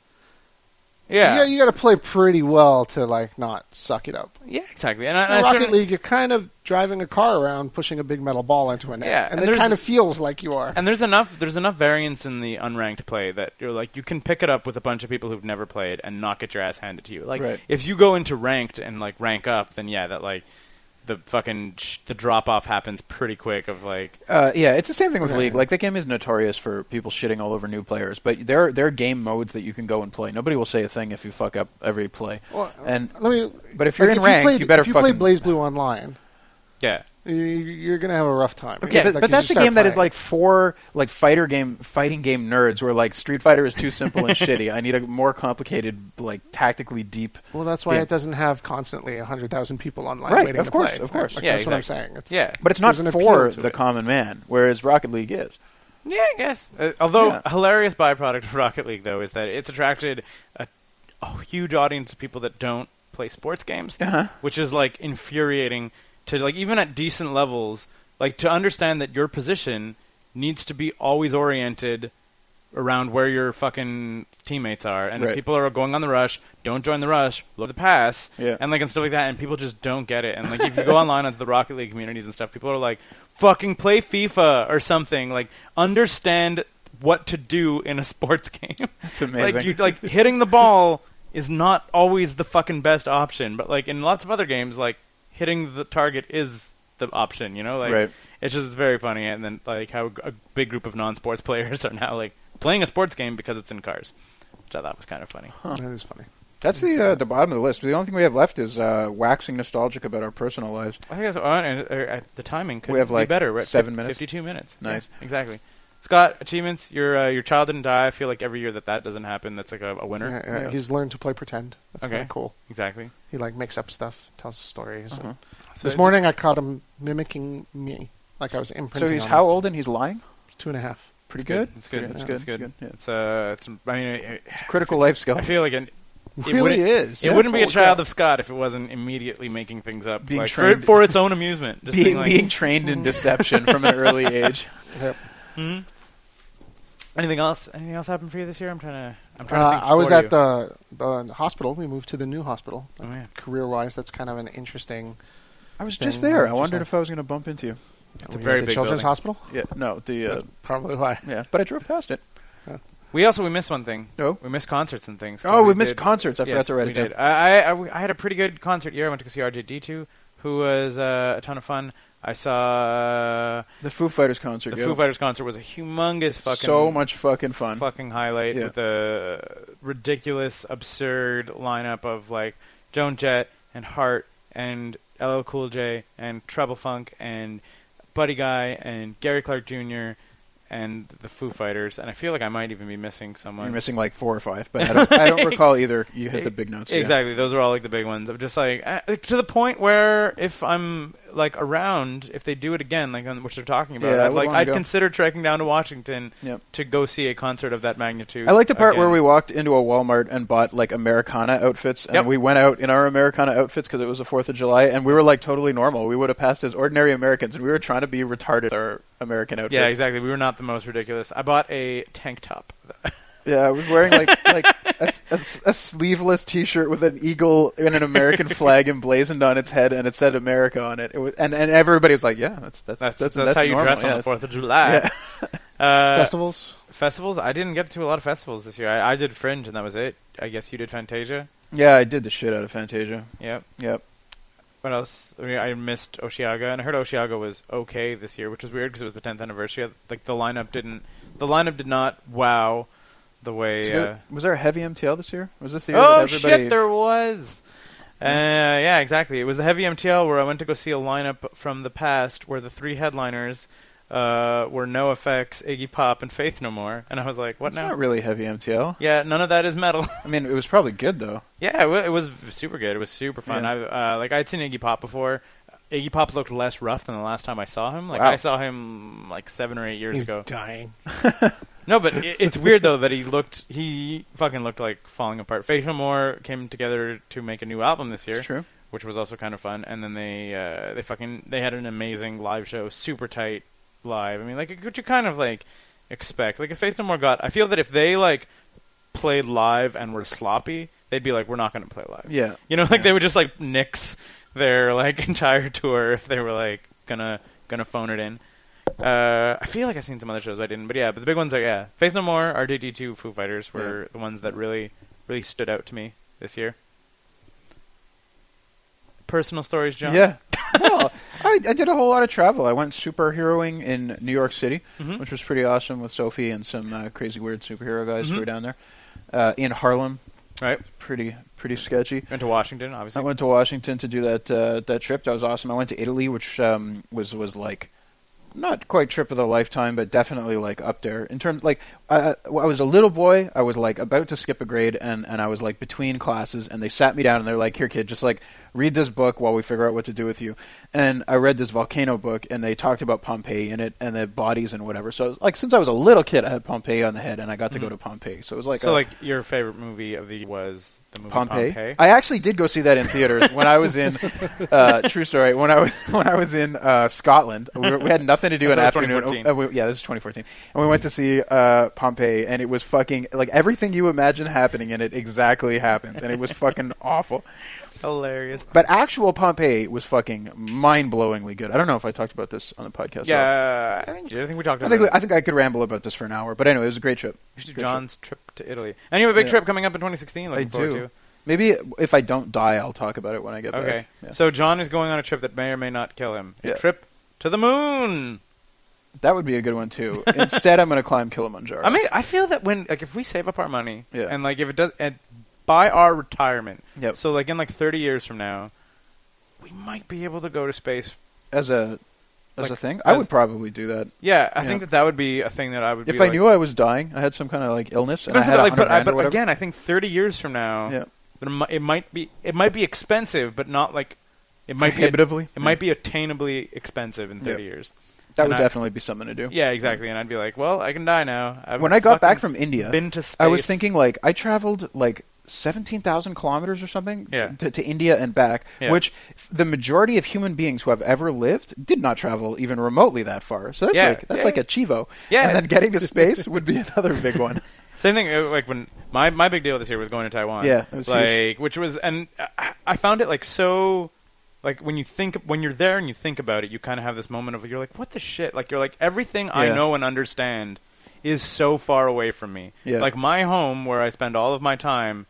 Speaker 4: yeah,
Speaker 5: you, got- you got to play pretty well to like not suck it up.
Speaker 4: yeah, exactly. And I, and
Speaker 5: In
Speaker 4: I
Speaker 5: Rocket
Speaker 4: certainly-
Speaker 5: League, you're kind of driving a car around, pushing a big metal ball into a net,
Speaker 4: Yeah,
Speaker 5: and,
Speaker 4: and
Speaker 5: it
Speaker 4: there's-
Speaker 5: kind of feels like you are.
Speaker 4: and there's enough there's enough variance in the unranked play that you're like you can pick it up with a bunch of people who've never played and not get your ass handed to you. Like,
Speaker 3: Right.
Speaker 4: if you go into ranked and like rank up, then yeah, that like the fucking sh- the drop off happens pretty quick. Of like,
Speaker 3: uh, yeah. It's the same thing with
Speaker 5: Yeah.
Speaker 3: League. Like that game is notorious for people shitting all over new players, but there there are game modes that you can go and play. Nobody will say a thing if you fuck up every play.
Speaker 5: Well,
Speaker 3: and
Speaker 5: let me,
Speaker 3: but if you're
Speaker 5: like,
Speaker 3: in ranked,
Speaker 5: played-
Speaker 3: you better
Speaker 5: if you play
Speaker 3: fucking
Speaker 5: Blaze Blue online,
Speaker 4: yeah,
Speaker 5: you- you're gonna have a rough time.
Speaker 3: Okay, but,
Speaker 5: Like,
Speaker 3: but
Speaker 5: you
Speaker 3: that's
Speaker 5: just
Speaker 3: a
Speaker 5: start
Speaker 3: game that is
Speaker 5: playing.
Speaker 3: like for like fighter game fighting game nerds where like Street Fighter is too simple and shitty. I need a more complicated like tactically deep.
Speaker 5: Well, that's why
Speaker 3: Yeah.
Speaker 5: it doesn't have constantly 100,000 people online
Speaker 3: Right,
Speaker 5: waiting
Speaker 3: of
Speaker 5: to
Speaker 3: course,
Speaker 5: play.
Speaker 3: of course.
Speaker 5: Like,
Speaker 4: Yeah,
Speaker 5: that's what I'm
Speaker 4: exactly.
Speaker 5: saying. It's,
Speaker 4: Yeah.
Speaker 3: But it's not
Speaker 5: There's an
Speaker 3: for
Speaker 5: appeal to
Speaker 3: the
Speaker 5: it.
Speaker 3: common man, whereas Rocket League is.
Speaker 4: Yeah, I guess. Uh, although
Speaker 3: Yeah.
Speaker 4: a hilarious byproduct of Rocket League though is that it's attracted a, a huge audience of people that don't play sports games,
Speaker 3: Uh-huh.
Speaker 4: which is like infuriating to like even at decent levels, like to understand that your position needs to be always oriented around where your fucking teammates are and if
Speaker 3: Right.
Speaker 4: people are going on the rush don't join the rush look at the pass
Speaker 3: Yeah.
Speaker 4: and like and stuff like that and people just don't get it and like if you go online onto the rocket league communities and stuff people are like fucking play fifa or something like understand what to do in a sports game
Speaker 3: That's amazing.
Speaker 4: like you like hitting the ball is not always the fucking best option but like in lots of other games like hitting the target is the option you know like
Speaker 3: Right.
Speaker 4: it's just it's very funny and then like how a big group of non-sports players are now like playing a sports game because it's in cars which i thought was kind of funny
Speaker 5: That is funny.
Speaker 3: That's the uh, the bottom of the list. The only thing we have left is uh, waxing nostalgic about our personal lives.
Speaker 4: I guess on, and, or, uh, the timing could
Speaker 3: We have, like,
Speaker 4: be better. We're at
Speaker 3: seven
Speaker 4: fif-
Speaker 3: minutes.
Speaker 4: fifty-two minutes.
Speaker 3: Nice.
Speaker 4: Yeah, exactly. Scott, achievements. Your uh, your child didn't die. I feel like every year that that doesn't happen, that's like a, a winner.
Speaker 5: Yeah, yeah, He's learned to play pretend. That's
Speaker 4: Okay.
Speaker 5: kind of cool.
Speaker 4: Exactly.
Speaker 5: He like makes up stuff, tells stories.
Speaker 3: Uh-huh.
Speaker 5: and-
Speaker 4: So
Speaker 5: This
Speaker 4: it's-
Speaker 5: morning I caught him mimicking me, like I was imprinting.
Speaker 3: so he's
Speaker 5: on
Speaker 3: how
Speaker 5: him.
Speaker 3: old and he's lying?
Speaker 5: Two and a half.
Speaker 3: Pretty
Speaker 4: It's good.
Speaker 3: good.
Speaker 4: It's good.
Speaker 3: It's
Speaker 4: Yeah,
Speaker 3: good.
Speaker 4: it's good.
Speaker 3: Yeah.
Speaker 4: It's uh, it's, I mean, it,
Speaker 3: Critical life skill.
Speaker 4: I feel like an, it
Speaker 5: really
Speaker 4: wouldn't-
Speaker 5: is.
Speaker 4: It
Speaker 5: Yeah.
Speaker 4: wouldn't be a
Speaker 5: Holy
Speaker 4: child
Speaker 5: crap.
Speaker 4: of Scott if it wasn't immediately making things up,
Speaker 3: Being
Speaker 4: like, for-
Speaker 3: trained-
Speaker 4: for, its own amusement. Just
Speaker 3: being,
Speaker 4: being, like,
Speaker 3: being trained in deception from an early age.
Speaker 5: Yep.
Speaker 4: "Hmm?" Anything else? Anything else happened for you this year? I'm trying to. I'm trying to
Speaker 5: Uh,
Speaker 4: think
Speaker 5: I was
Speaker 4: for
Speaker 5: at
Speaker 4: you.
Speaker 5: the the hospital. We moved to the new hospital.
Speaker 4: Oh, yeah.
Speaker 5: Career wise, that's kind of an interesting.
Speaker 3: I was
Speaker 5: Thing
Speaker 3: just there. I
Speaker 5: just
Speaker 3: wondered
Speaker 5: like-
Speaker 3: if I was going to bump into you.
Speaker 4: It's a
Speaker 5: We were
Speaker 4: very
Speaker 5: at the
Speaker 4: big
Speaker 5: children's
Speaker 4: building.
Speaker 5: hospital.
Speaker 3: Yeah. No. The uh,
Speaker 5: That's probably why.
Speaker 3: yeah. But I drove past it.
Speaker 4: We also we missed one thing.
Speaker 3: Oh.
Speaker 4: we missed concerts and things.
Speaker 3: Oh, we missed concerts. I forgot
Speaker 4: Yes,
Speaker 3: to write
Speaker 4: we
Speaker 3: it down.
Speaker 4: did. I, I- I w- I had a pretty good concert year. I went to go see RJD2, who was uh, a ton of fun. I saw uh,
Speaker 3: The Foo Fighters concert.
Speaker 4: the
Speaker 3: yo.
Speaker 4: Foo Fighters concert was a humongous fucking
Speaker 3: so much fucking fun.
Speaker 4: fucking highlight
Speaker 3: Yeah.
Speaker 4: with a ridiculous, absurd lineup of like Joan Jett and Hart and LL Cool J and Trouble Funk and Buddy Guy and Gary Clark Jr. and the Foo Fighters. And I feel like I might even be missing someone.
Speaker 3: You're missing like four or five, but I don't, I don't recall either.
Speaker 4: E-
Speaker 3: You hit the big notes. yeah.
Speaker 4: Exactly. Those are all like the big ones. I'm just like uh, to the point where if I'm like around, if they do it again, like on, which they're talking about,
Speaker 3: Yeah, I
Speaker 4: I'd,
Speaker 3: would
Speaker 4: like
Speaker 3: wanna
Speaker 4: I'd
Speaker 3: go.
Speaker 4: consider trekking down to Washington
Speaker 3: Yep.
Speaker 4: to go see a concert of that magnitude.
Speaker 3: I like the part where
Speaker 4: again.
Speaker 3: we walked into a Walmart and bought like Americana outfits, and
Speaker 4: Yep.
Speaker 3: we went out in our Americana outfits because it was the Fourth of July, and we were like totally normal. We would have passed as ordinary Americans, and we were trying to be retarded with our American outfits.
Speaker 4: Yeah, exactly. We were not the most ridiculous. I bought a tank top.
Speaker 3: Yeah, I was wearing like like a, s- a s- a sleeveless T-shirt with an eagle and an American flag emblazoned on its head, and it said America on it. it was, and and everybody was like, "Yeah, that's that's
Speaker 4: That's
Speaker 3: that's,
Speaker 4: that's,
Speaker 3: that's
Speaker 4: how you
Speaker 3: normal.
Speaker 4: dress
Speaker 3: yeah,
Speaker 4: on the
Speaker 3: it's-
Speaker 4: Fourth of July. uh,
Speaker 5: Festivals.
Speaker 4: festivals. I didn't get to a lot of festivals this year. I, I did Fringe, and that was it. I guess you did Fantasia.
Speaker 3: Yeah, I did the shit out of Fantasia.
Speaker 4: Yep.
Speaker 3: Yep.
Speaker 4: What else? I, mean, I missed Oshiaga, and I heard Oshiaga was okay this year, which was weird because it was the 10th anniversary. Like the lineup didn't, the lineup did not wow the way.
Speaker 3: So
Speaker 4: Uh,
Speaker 3: there- was there a heavy MTL this year? Was this the year that
Speaker 4: oh
Speaker 3: everybody?
Speaker 4: shit, there was. Uh, yeah, exactly. It was the heavy MTL where I went to go see a lineup from the past where the three headliners uh, were NoFX, Iggy Pop, and Faith No More, and I was like, what
Speaker 3: It's
Speaker 4: now?
Speaker 3: not really heavy MTL.
Speaker 4: yeah, none of that is metal.
Speaker 3: I mean, it was probably good though.
Speaker 4: Yeah, it, wa it was super good. It was super fun.
Speaker 3: Yeah.
Speaker 4: I uh, like I'd seen Iggy Pop before. Iggy Pop looked less rough than the last time I saw him. Like
Speaker 3: Wow.
Speaker 4: I saw him like seven or eight years
Speaker 5: He's
Speaker 4: ago.
Speaker 5: dying.
Speaker 4: No, but it, it's weird though that he looked he fucking looked like falling apart. Faith No More came together to make a new album this year,
Speaker 3: It's true.
Speaker 4: which was also kind of fun. And then they uh, they fucking they had an amazing live show, super tight live. I mean, like what you kind of like expect. Like if Faith No More got, I feel that if they like played live and were sloppy, they'd be like, we're not going to play live.
Speaker 3: Yeah.
Speaker 4: You know, like they would just like nix their like entire tour if they were like gonna gonna phone it in. Uh, I feel like I've seen some other shows I didn't, but yeah, but the big ones are yeah, Faith No More, RDT2, Foo Fighters were the ones that really really stood out to me this year. Personal stories, John.
Speaker 3: Yeah. well, I, I did a whole lot of travel. I went superheroing in New York City,
Speaker 4: Mhm.
Speaker 3: which was pretty awesome with Sophie and some uh, crazy weird superhero guys
Speaker 4: Mhm.
Speaker 3: who were down there. Uh, in Harlem,
Speaker 4: right.
Speaker 3: pretty pretty sketchy.
Speaker 4: Went to Washington, obviously.
Speaker 3: I went to Washington to do that uh, that trip. That was awesome. I went to Italy, which um, was was like not quite trip of the lifetime, but definitely like up there in terms. Like I, I was a little boy, I was like about to skip a grade, and and I was like between classes, and they sat me down and they're like, "Here, kid, just like read this book while we figure out what to do with you." And I read this volcano book, and they talked about Pompeii in it and the bodies and whatever. So it was, like since I was a little kid, I had Pompeii on the head, and I got to go to Pompeii. So it was like
Speaker 4: Hmm. so
Speaker 3: a-
Speaker 4: like your favorite movie of the was the movie
Speaker 3: Pompeii.
Speaker 4: Pompeii.
Speaker 3: I actually did go see that in theaters when I was in. Uh, true story. When I was when I was in uh, Scotland, we, were- we had nothing to do
Speaker 4: This
Speaker 3: in the
Speaker 4: was
Speaker 3: afternoon.
Speaker 4: 2014.
Speaker 3: Uh, we- yeah, this is 2014, and we went to see uh, Pompeii, and it was fucking like everything you imagine happening in it exactly happens, and it was fucking awful.
Speaker 4: Hilarious.
Speaker 3: But actual Pompeii was fucking mind blowingly good. I don't know if I talked about this on the podcast.
Speaker 4: Yeah, I think you did. I think we talked
Speaker 3: So I
Speaker 4: about
Speaker 3: think
Speaker 4: it.
Speaker 3: I think I could ramble about this for an hour, but anyway, it was a great trip.
Speaker 4: We should do
Speaker 3: Great trip.
Speaker 4: John's trip. to Italy. Anyway, big
Speaker 3: Yeah.
Speaker 4: trip coming up in 2016.
Speaker 3: I
Speaker 4: Looking forward
Speaker 3: do.
Speaker 4: to.
Speaker 3: Maybe if I don't die, I'll talk about it when I get back.
Speaker 4: Okay.
Speaker 3: Yeah.
Speaker 4: So John is going on a trip that may or may not kill him. A
Speaker 3: Yeah.
Speaker 4: trip to the moon.
Speaker 3: That would be a good one too. Instead, I'm going to climb Kilimanjaro.
Speaker 4: I mean, I feel that when like if we save up our money
Speaker 3: Yeah.
Speaker 4: and like if it does and by our retirement.
Speaker 3: Yep.
Speaker 4: So like in like 30 years from now, we might be able to go to space.
Speaker 3: as a as
Speaker 4: Like,
Speaker 3: a thing, I
Speaker 4: as-
Speaker 3: would probably do that
Speaker 4: Yeah, I
Speaker 3: Yeah.
Speaker 4: think that that would be a thing that I would.
Speaker 3: if
Speaker 4: be
Speaker 3: I
Speaker 4: like,
Speaker 3: knew I was dying. I had some kind of like illness, and I
Speaker 4: But,
Speaker 3: had
Speaker 4: like,
Speaker 3: 100
Speaker 4: but, I-
Speaker 3: grand or
Speaker 4: but
Speaker 3: whatever.
Speaker 4: again, I think 30 years from now,
Speaker 3: Yeah.
Speaker 4: there mi- it might be it might be expensive, but not like it might be
Speaker 3: Prohibitively?
Speaker 4: It might be attainably expensive in 30
Speaker 3: Yeah.
Speaker 4: years.
Speaker 3: that
Speaker 4: and
Speaker 3: would
Speaker 4: I-
Speaker 3: definitely be something to do.
Speaker 4: Yeah, exactly. And I'd be like, well, I can die now. I've
Speaker 3: When I got back
Speaker 4: fucking
Speaker 3: from India,
Speaker 4: been to space.
Speaker 3: I was thinking like I traveled like seventeen thousand kilometers or something
Speaker 4: Yeah.
Speaker 3: to, to India and back,
Speaker 4: Yeah.
Speaker 3: which f- the majority of human beings who have ever lived did not travel even remotely that far. So that's
Speaker 4: Yeah.
Speaker 3: like that's
Speaker 4: Yeah.
Speaker 3: like a chivo.
Speaker 4: Yeah.
Speaker 3: and then getting to space would be another big one.
Speaker 4: Same thing. uh, Like when my my big deal this year was going to Taiwan.
Speaker 3: Yeah, it was huge.
Speaker 4: like which was and I, I found it like so. Like when you think when you're there and you think about it, you kind of have this moment of you're like, what the shit? Like you're like everything I
Speaker 3: Yeah.
Speaker 4: know and understand is so far away from me.
Speaker 3: Yeah.
Speaker 4: Like my home where I spend all of my time.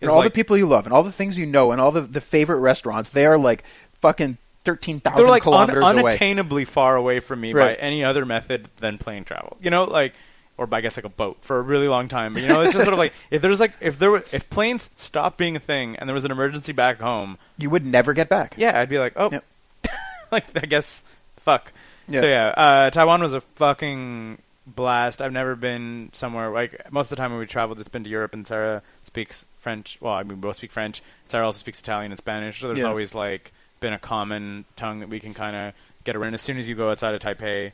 Speaker 4: Is
Speaker 3: and all
Speaker 4: like-
Speaker 3: the people you love and all the things you know and all the, the favorite restaurants they are like fucking 13,000
Speaker 4: they're like un-
Speaker 3: kilometers away
Speaker 4: unattainably far away from me
Speaker 3: Right.
Speaker 4: by any other method than plane travel. You know, like or by, I guess like a boat for a really long time. But you know, it's just sort of like if there's like if there were if planes stopped being a thing and there was an emergency back home,
Speaker 3: you would never get back
Speaker 4: yeah, I'd be like, oh,
Speaker 3: Yep.
Speaker 4: like I guess fuck.
Speaker 3: Yeah.
Speaker 4: So yeah, uh, Taiwan was a fucking blast. I've never been somewhere like most of the time when we traveled, it's been to Europe, and Sarah speaks French. Well, I mean, we both speak French. Sarah also speaks Italian and Spanish, so there's
Speaker 3: Yeah.
Speaker 4: always like been a common tongue that we can kind of get around. As soon as you go outside of Taipei,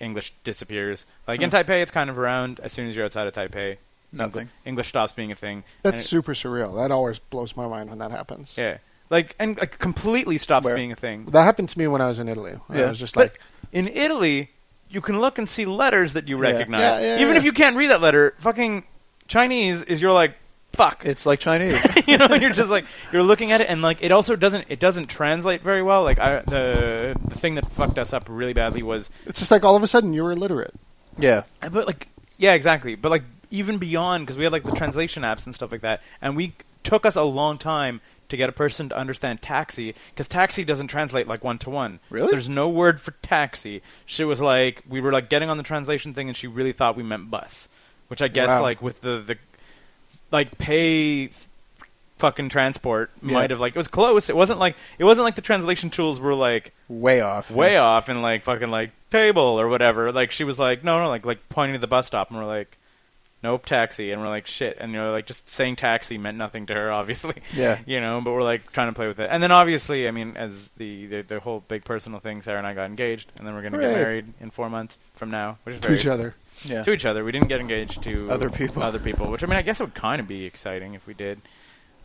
Speaker 4: English disappears. Like in Taipei, it's kind of around. As soon as you're outside of Taipei,
Speaker 3: Nothing.
Speaker 4: English stops being a thing. And
Speaker 5: That's
Speaker 4: it-
Speaker 5: super surreal. That always blows my mind when that happens.
Speaker 4: yeah. Like and like completely stops
Speaker 3: Where?
Speaker 4: being a thing.
Speaker 5: That happened to me when I was in Italy. I
Speaker 3: Yeah.
Speaker 5: was just
Speaker 4: But
Speaker 5: like,
Speaker 4: in Italy, you can look and see letters that you recognize.
Speaker 5: Yeah, yeah,
Speaker 4: Even
Speaker 5: yeah.
Speaker 4: if you can't read that letter, fucking Chinese is you're like fuck.
Speaker 3: It's like Chinese.
Speaker 4: you know, you're just like you're looking at it, and like it also doesn't it doesn't translate very well. Like I, the the thing that fucked us up really badly was,
Speaker 5: it's just like all of a sudden you were illiterate.
Speaker 3: yeah.
Speaker 4: but like yeah, exactly. But like even beyond because we had like the translation apps and stuff like that, and we took us a long time to get a person to understand taxi because taxi doesn't translate like one to one.
Speaker 3: Really?
Speaker 4: there's no word for taxi. She was like, we were like getting on the translation thing, and she really thought we meant bus, which I guess
Speaker 5: Wow.
Speaker 4: like with the the like pay fucking transport
Speaker 3: Yeah.
Speaker 4: might have like it was close. It wasn't like it wasn't like the translation tools were like
Speaker 3: Way off.
Speaker 4: way off and like fucking like table or whatever. Like she was like no no like like pointing to the bus stop and we're like nope taxi and we're like shit and you know like just saying taxi meant nothing to her obviously
Speaker 3: Yeah.
Speaker 4: you know but we're like trying to play with it and then obviously I mean as the the, the whole big personal thing Sarah and I got engaged and then we're gonna get
Speaker 3: Hooray.
Speaker 4: married in four months from now which is
Speaker 5: to
Speaker 4: very
Speaker 5: each other.
Speaker 3: Yeah.
Speaker 4: to each other. We didn't get engaged to
Speaker 3: Other people.
Speaker 4: Other people, which I mean, I guess it would kind of be exciting if we did.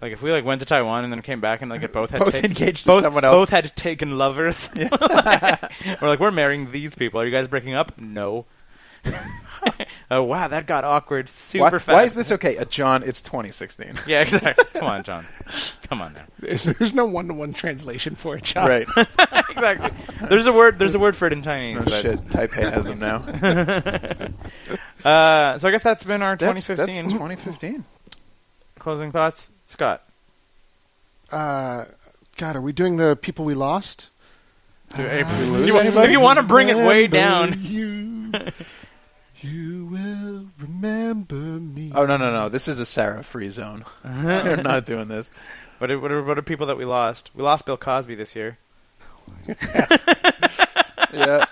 Speaker 4: Like if we like went to Taiwan and then came back and like it both had
Speaker 3: Both
Speaker 4: ta-
Speaker 3: engaged to
Speaker 4: both,
Speaker 3: someone else.
Speaker 4: Both had taken lovers. we're like we're marrying these people. Are you guys breaking up? No. oh wow, that got awkward super
Speaker 3: Why,
Speaker 4: fast.
Speaker 3: why is this okay? Uh, John, it's 2016.
Speaker 4: Yeah, exactly. Come on, John. Come on there.
Speaker 5: There's there's no one to one translation for it, John.
Speaker 3: right.
Speaker 4: exactly. There's a word. There's a word for it in Chinese.
Speaker 3: Oh,
Speaker 4: but-
Speaker 3: shit. Taipei has them now.
Speaker 4: Uh, so I guess that's been our
Speaker 3: That's-
Speaker 4: 2015
Speaker 3: That's 2015.
Speaker 4: closing thoughts, Scott.
Speaker 5: Uh, God, are we doing the people we lost? Uh,
Speaker 4: If,
Speaker 3: we
Speaker 4: if
Speaker 3: lose
Speaker 4: you wa-
Speaker 3: anybody?
Speaker 4: if you want to bring it way
Speaker 5: Remember
Speaker 4: down,
Speaker 5: You, you will remember me.
Speaker 3: Oh, no, no, no. This is a Sarah free zone. They're not doing this.
Speaker 4: What are, what, are, what are people that we lost? We lost Bill Cosby this year.
Speaker 3: Yeah.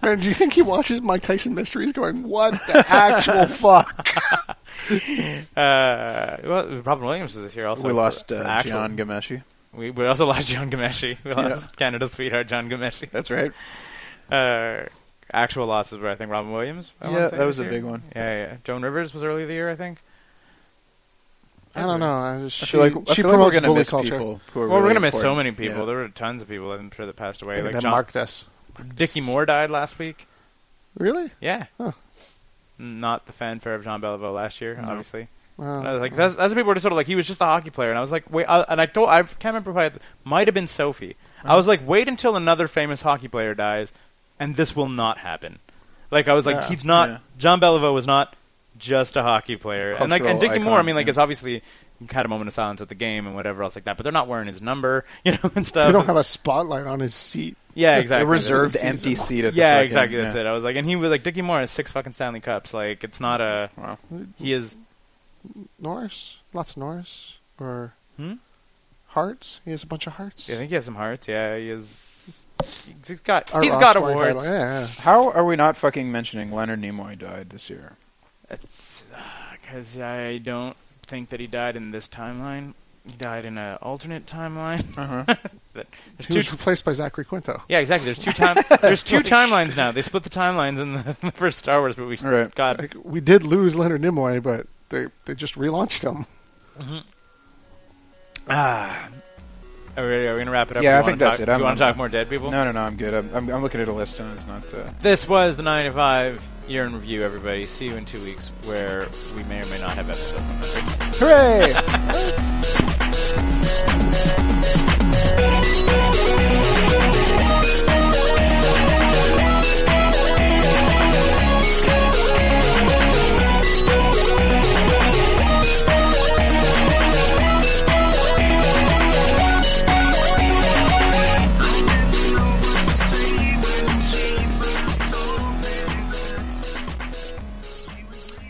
Speaker 5: Man, do you think he watches Mike Tyson Mysteries going, what the actual fuck?
Speaker 4: Uh, well, Robin Williams was this year also.
Speaker 3: we
Speaker 4: for-
Speaker 3: lost
Speaker 4: for
Speaker 3: uh,
Speaker 4: actual-
Speaker 3: John Gameshi.
Speaker 4: we, we also lost John Gameshi. We lost Canada's sweetheart John Gameshi.
Speaker 3: That's right.
Speaker 4: Uh, actual losses were I think Robin Williams. I wanna
Speaker 3: Yeah,
Speaker 4: say,
Speaker 3: that was
Speaker 4: this
Speaker 3: a
Speaker 4: year.
Speaker 3: big one.
Speaker 4: Yeah, yeah. Joan Rivers was earlier the year I think.
Speaker 5: I don't know. I just,
Speaker 3: I
Speaker 5: she
Speaker 3: feel like, I
Speaker 5: she
Speaker 3: feel like we're
Speaker 5: promotes
Speaker 3: going to
Speaker 5: bully
Speaker 3: miss
Speaker 5: culture.
Speaker 3: people. Who are
Speaker 4: well, we're
Speaker 3: really
Speaker 4: gonna miss so
Speaker 3: important.
Speaker 4: many people.
Speaker 3: Yeah.
Speaker 4: There were tons of people I'm sure that passed away.
Speaker 5: I think
Speaker 4: Like
Speaker 5: that
Speaker 4: John,
Speaker 5: marked us.
Speaker 4: Dickie Moore died last week.
Speaker 5: Really?
Speaker 4: Yeah.
Speaker 5: Huh.
Speaker 4: Not the fanfare of John Beliveau last year,
Speaker 3: No.
Speaker 4: obviously.
Speaker 5: Wow.
Speaker 4: And I was like, that's, that's what people were sort of like, he was just a hockey player. And I was like, wait, I, and I told, I can't remember if I had, might have been Sophie. I
Speaker 5: Uh-huh.
Speaker 4: was like, wait until another famous hockey player dies, and this will not happen. Like, I was like,
Speaker 5: Yeah,
Speaker 4: he's not,
Speaker 3: yeah.
Speaker 4: John Beliveau was not just a hockey player. and like, and
Speaker 3: Cultural
Speaker 4: Dickie Moore, I
Speaker 3: icon,
Speaker 4: mean, like,
Speaker 3: yeah.
Speaker 4: it's obviously had a moment of silence at the game and whatever else like that, but they're not wearing his number, you know, and stuff.
Speaker 5: They don't have a spotlight on his seat.
Speaker 4: uh, yeah, exactly.
Speaker 3: The reserved
Speaker 5: That's the
Speaker 3: empty
Speaker 5: season.
Speaker 3: seat at the
Speaker 4: Yeah,
Speaker 3: fucking-
Speaker 4: exactly. That's
Speaker 3: yeah.
Speaker 4: it. I was like, and he was like, Dickie Moore has six fucking Stanley Cups. Like, it's not a,
Speaker 3: Wow.
Speaker 4: he is,
Speaker 5: Norris? Lots of Norris? Or
Speaker 4: hmm?
Speaker 5: hearts? He has a bunch of hearts.
Speaker 4: Yeah, I think he has some hearts. Yeah, he is. He's got.
Speaker 5: Our
Speaker 4: he's got
Speaker 5: Oscar
Speaker 4: awards.
Speaker 5: title, Yeah, yeah.
Speaker 3: How are we not fucking mentioning Leonard Nimoy died this year?
Speaker 4: It's because I don't think that he died in this timeline. He died in an alternate timeline.
Speaker 3: Uh-huh.
Speaker 4: That- there's
Speaker 5: He
Speaker 4: two.
Speaker 5: was replaced by Zachary Quinto.
Speaker 4: yeah, exactly. There's two time. There's two timelines now. They split the timelines in the, the first Star Wars movie.
Speaker 3: Right.
Speaker 4: God,
Speaker 5: Like, we did lose Leonard Nimoy, but they, they just relaunched him.
Speaker 4: ah. Are we, are we gonna wrap it up?
Speaker 3: Yeah,
Speaker 4: Do you
Speaker 3: I
Speaker 4: wanna
Speaker 3: think that's
Speaker 4: talk-
Speaker 3: it.
Speaker 4: Do
Speaker 3: I'm-
Speaker 4: you want to
Speaker 3: I'm-
Speaker 4: talk more dead people?
Speaker 3: No, no, no. I'm good. I'm, I'm, I'm looking at a list and it's not. Uh,
Speaker 4: This was the 9 to 5 year in review, everybody. See you in two weeks, where we may or may not have episode 100.
Speaker 3: hooray!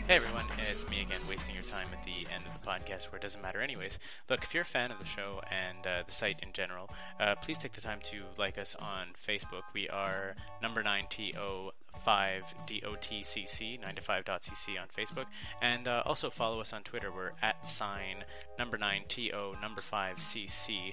Speaker 2: Hey everyone, it's me again, wasting your time at the end of the podcast where it doesn't matter, anyways. Look, if you're a fan of the show and uh, the site in general, uh, please take the time to like us on Facebook. We are number 9TO
Speaker 4: 5DOTCC, 9to5.cc on Facebook. And uh, also follow us on Twitter. We're at sign number 9TO number 5CC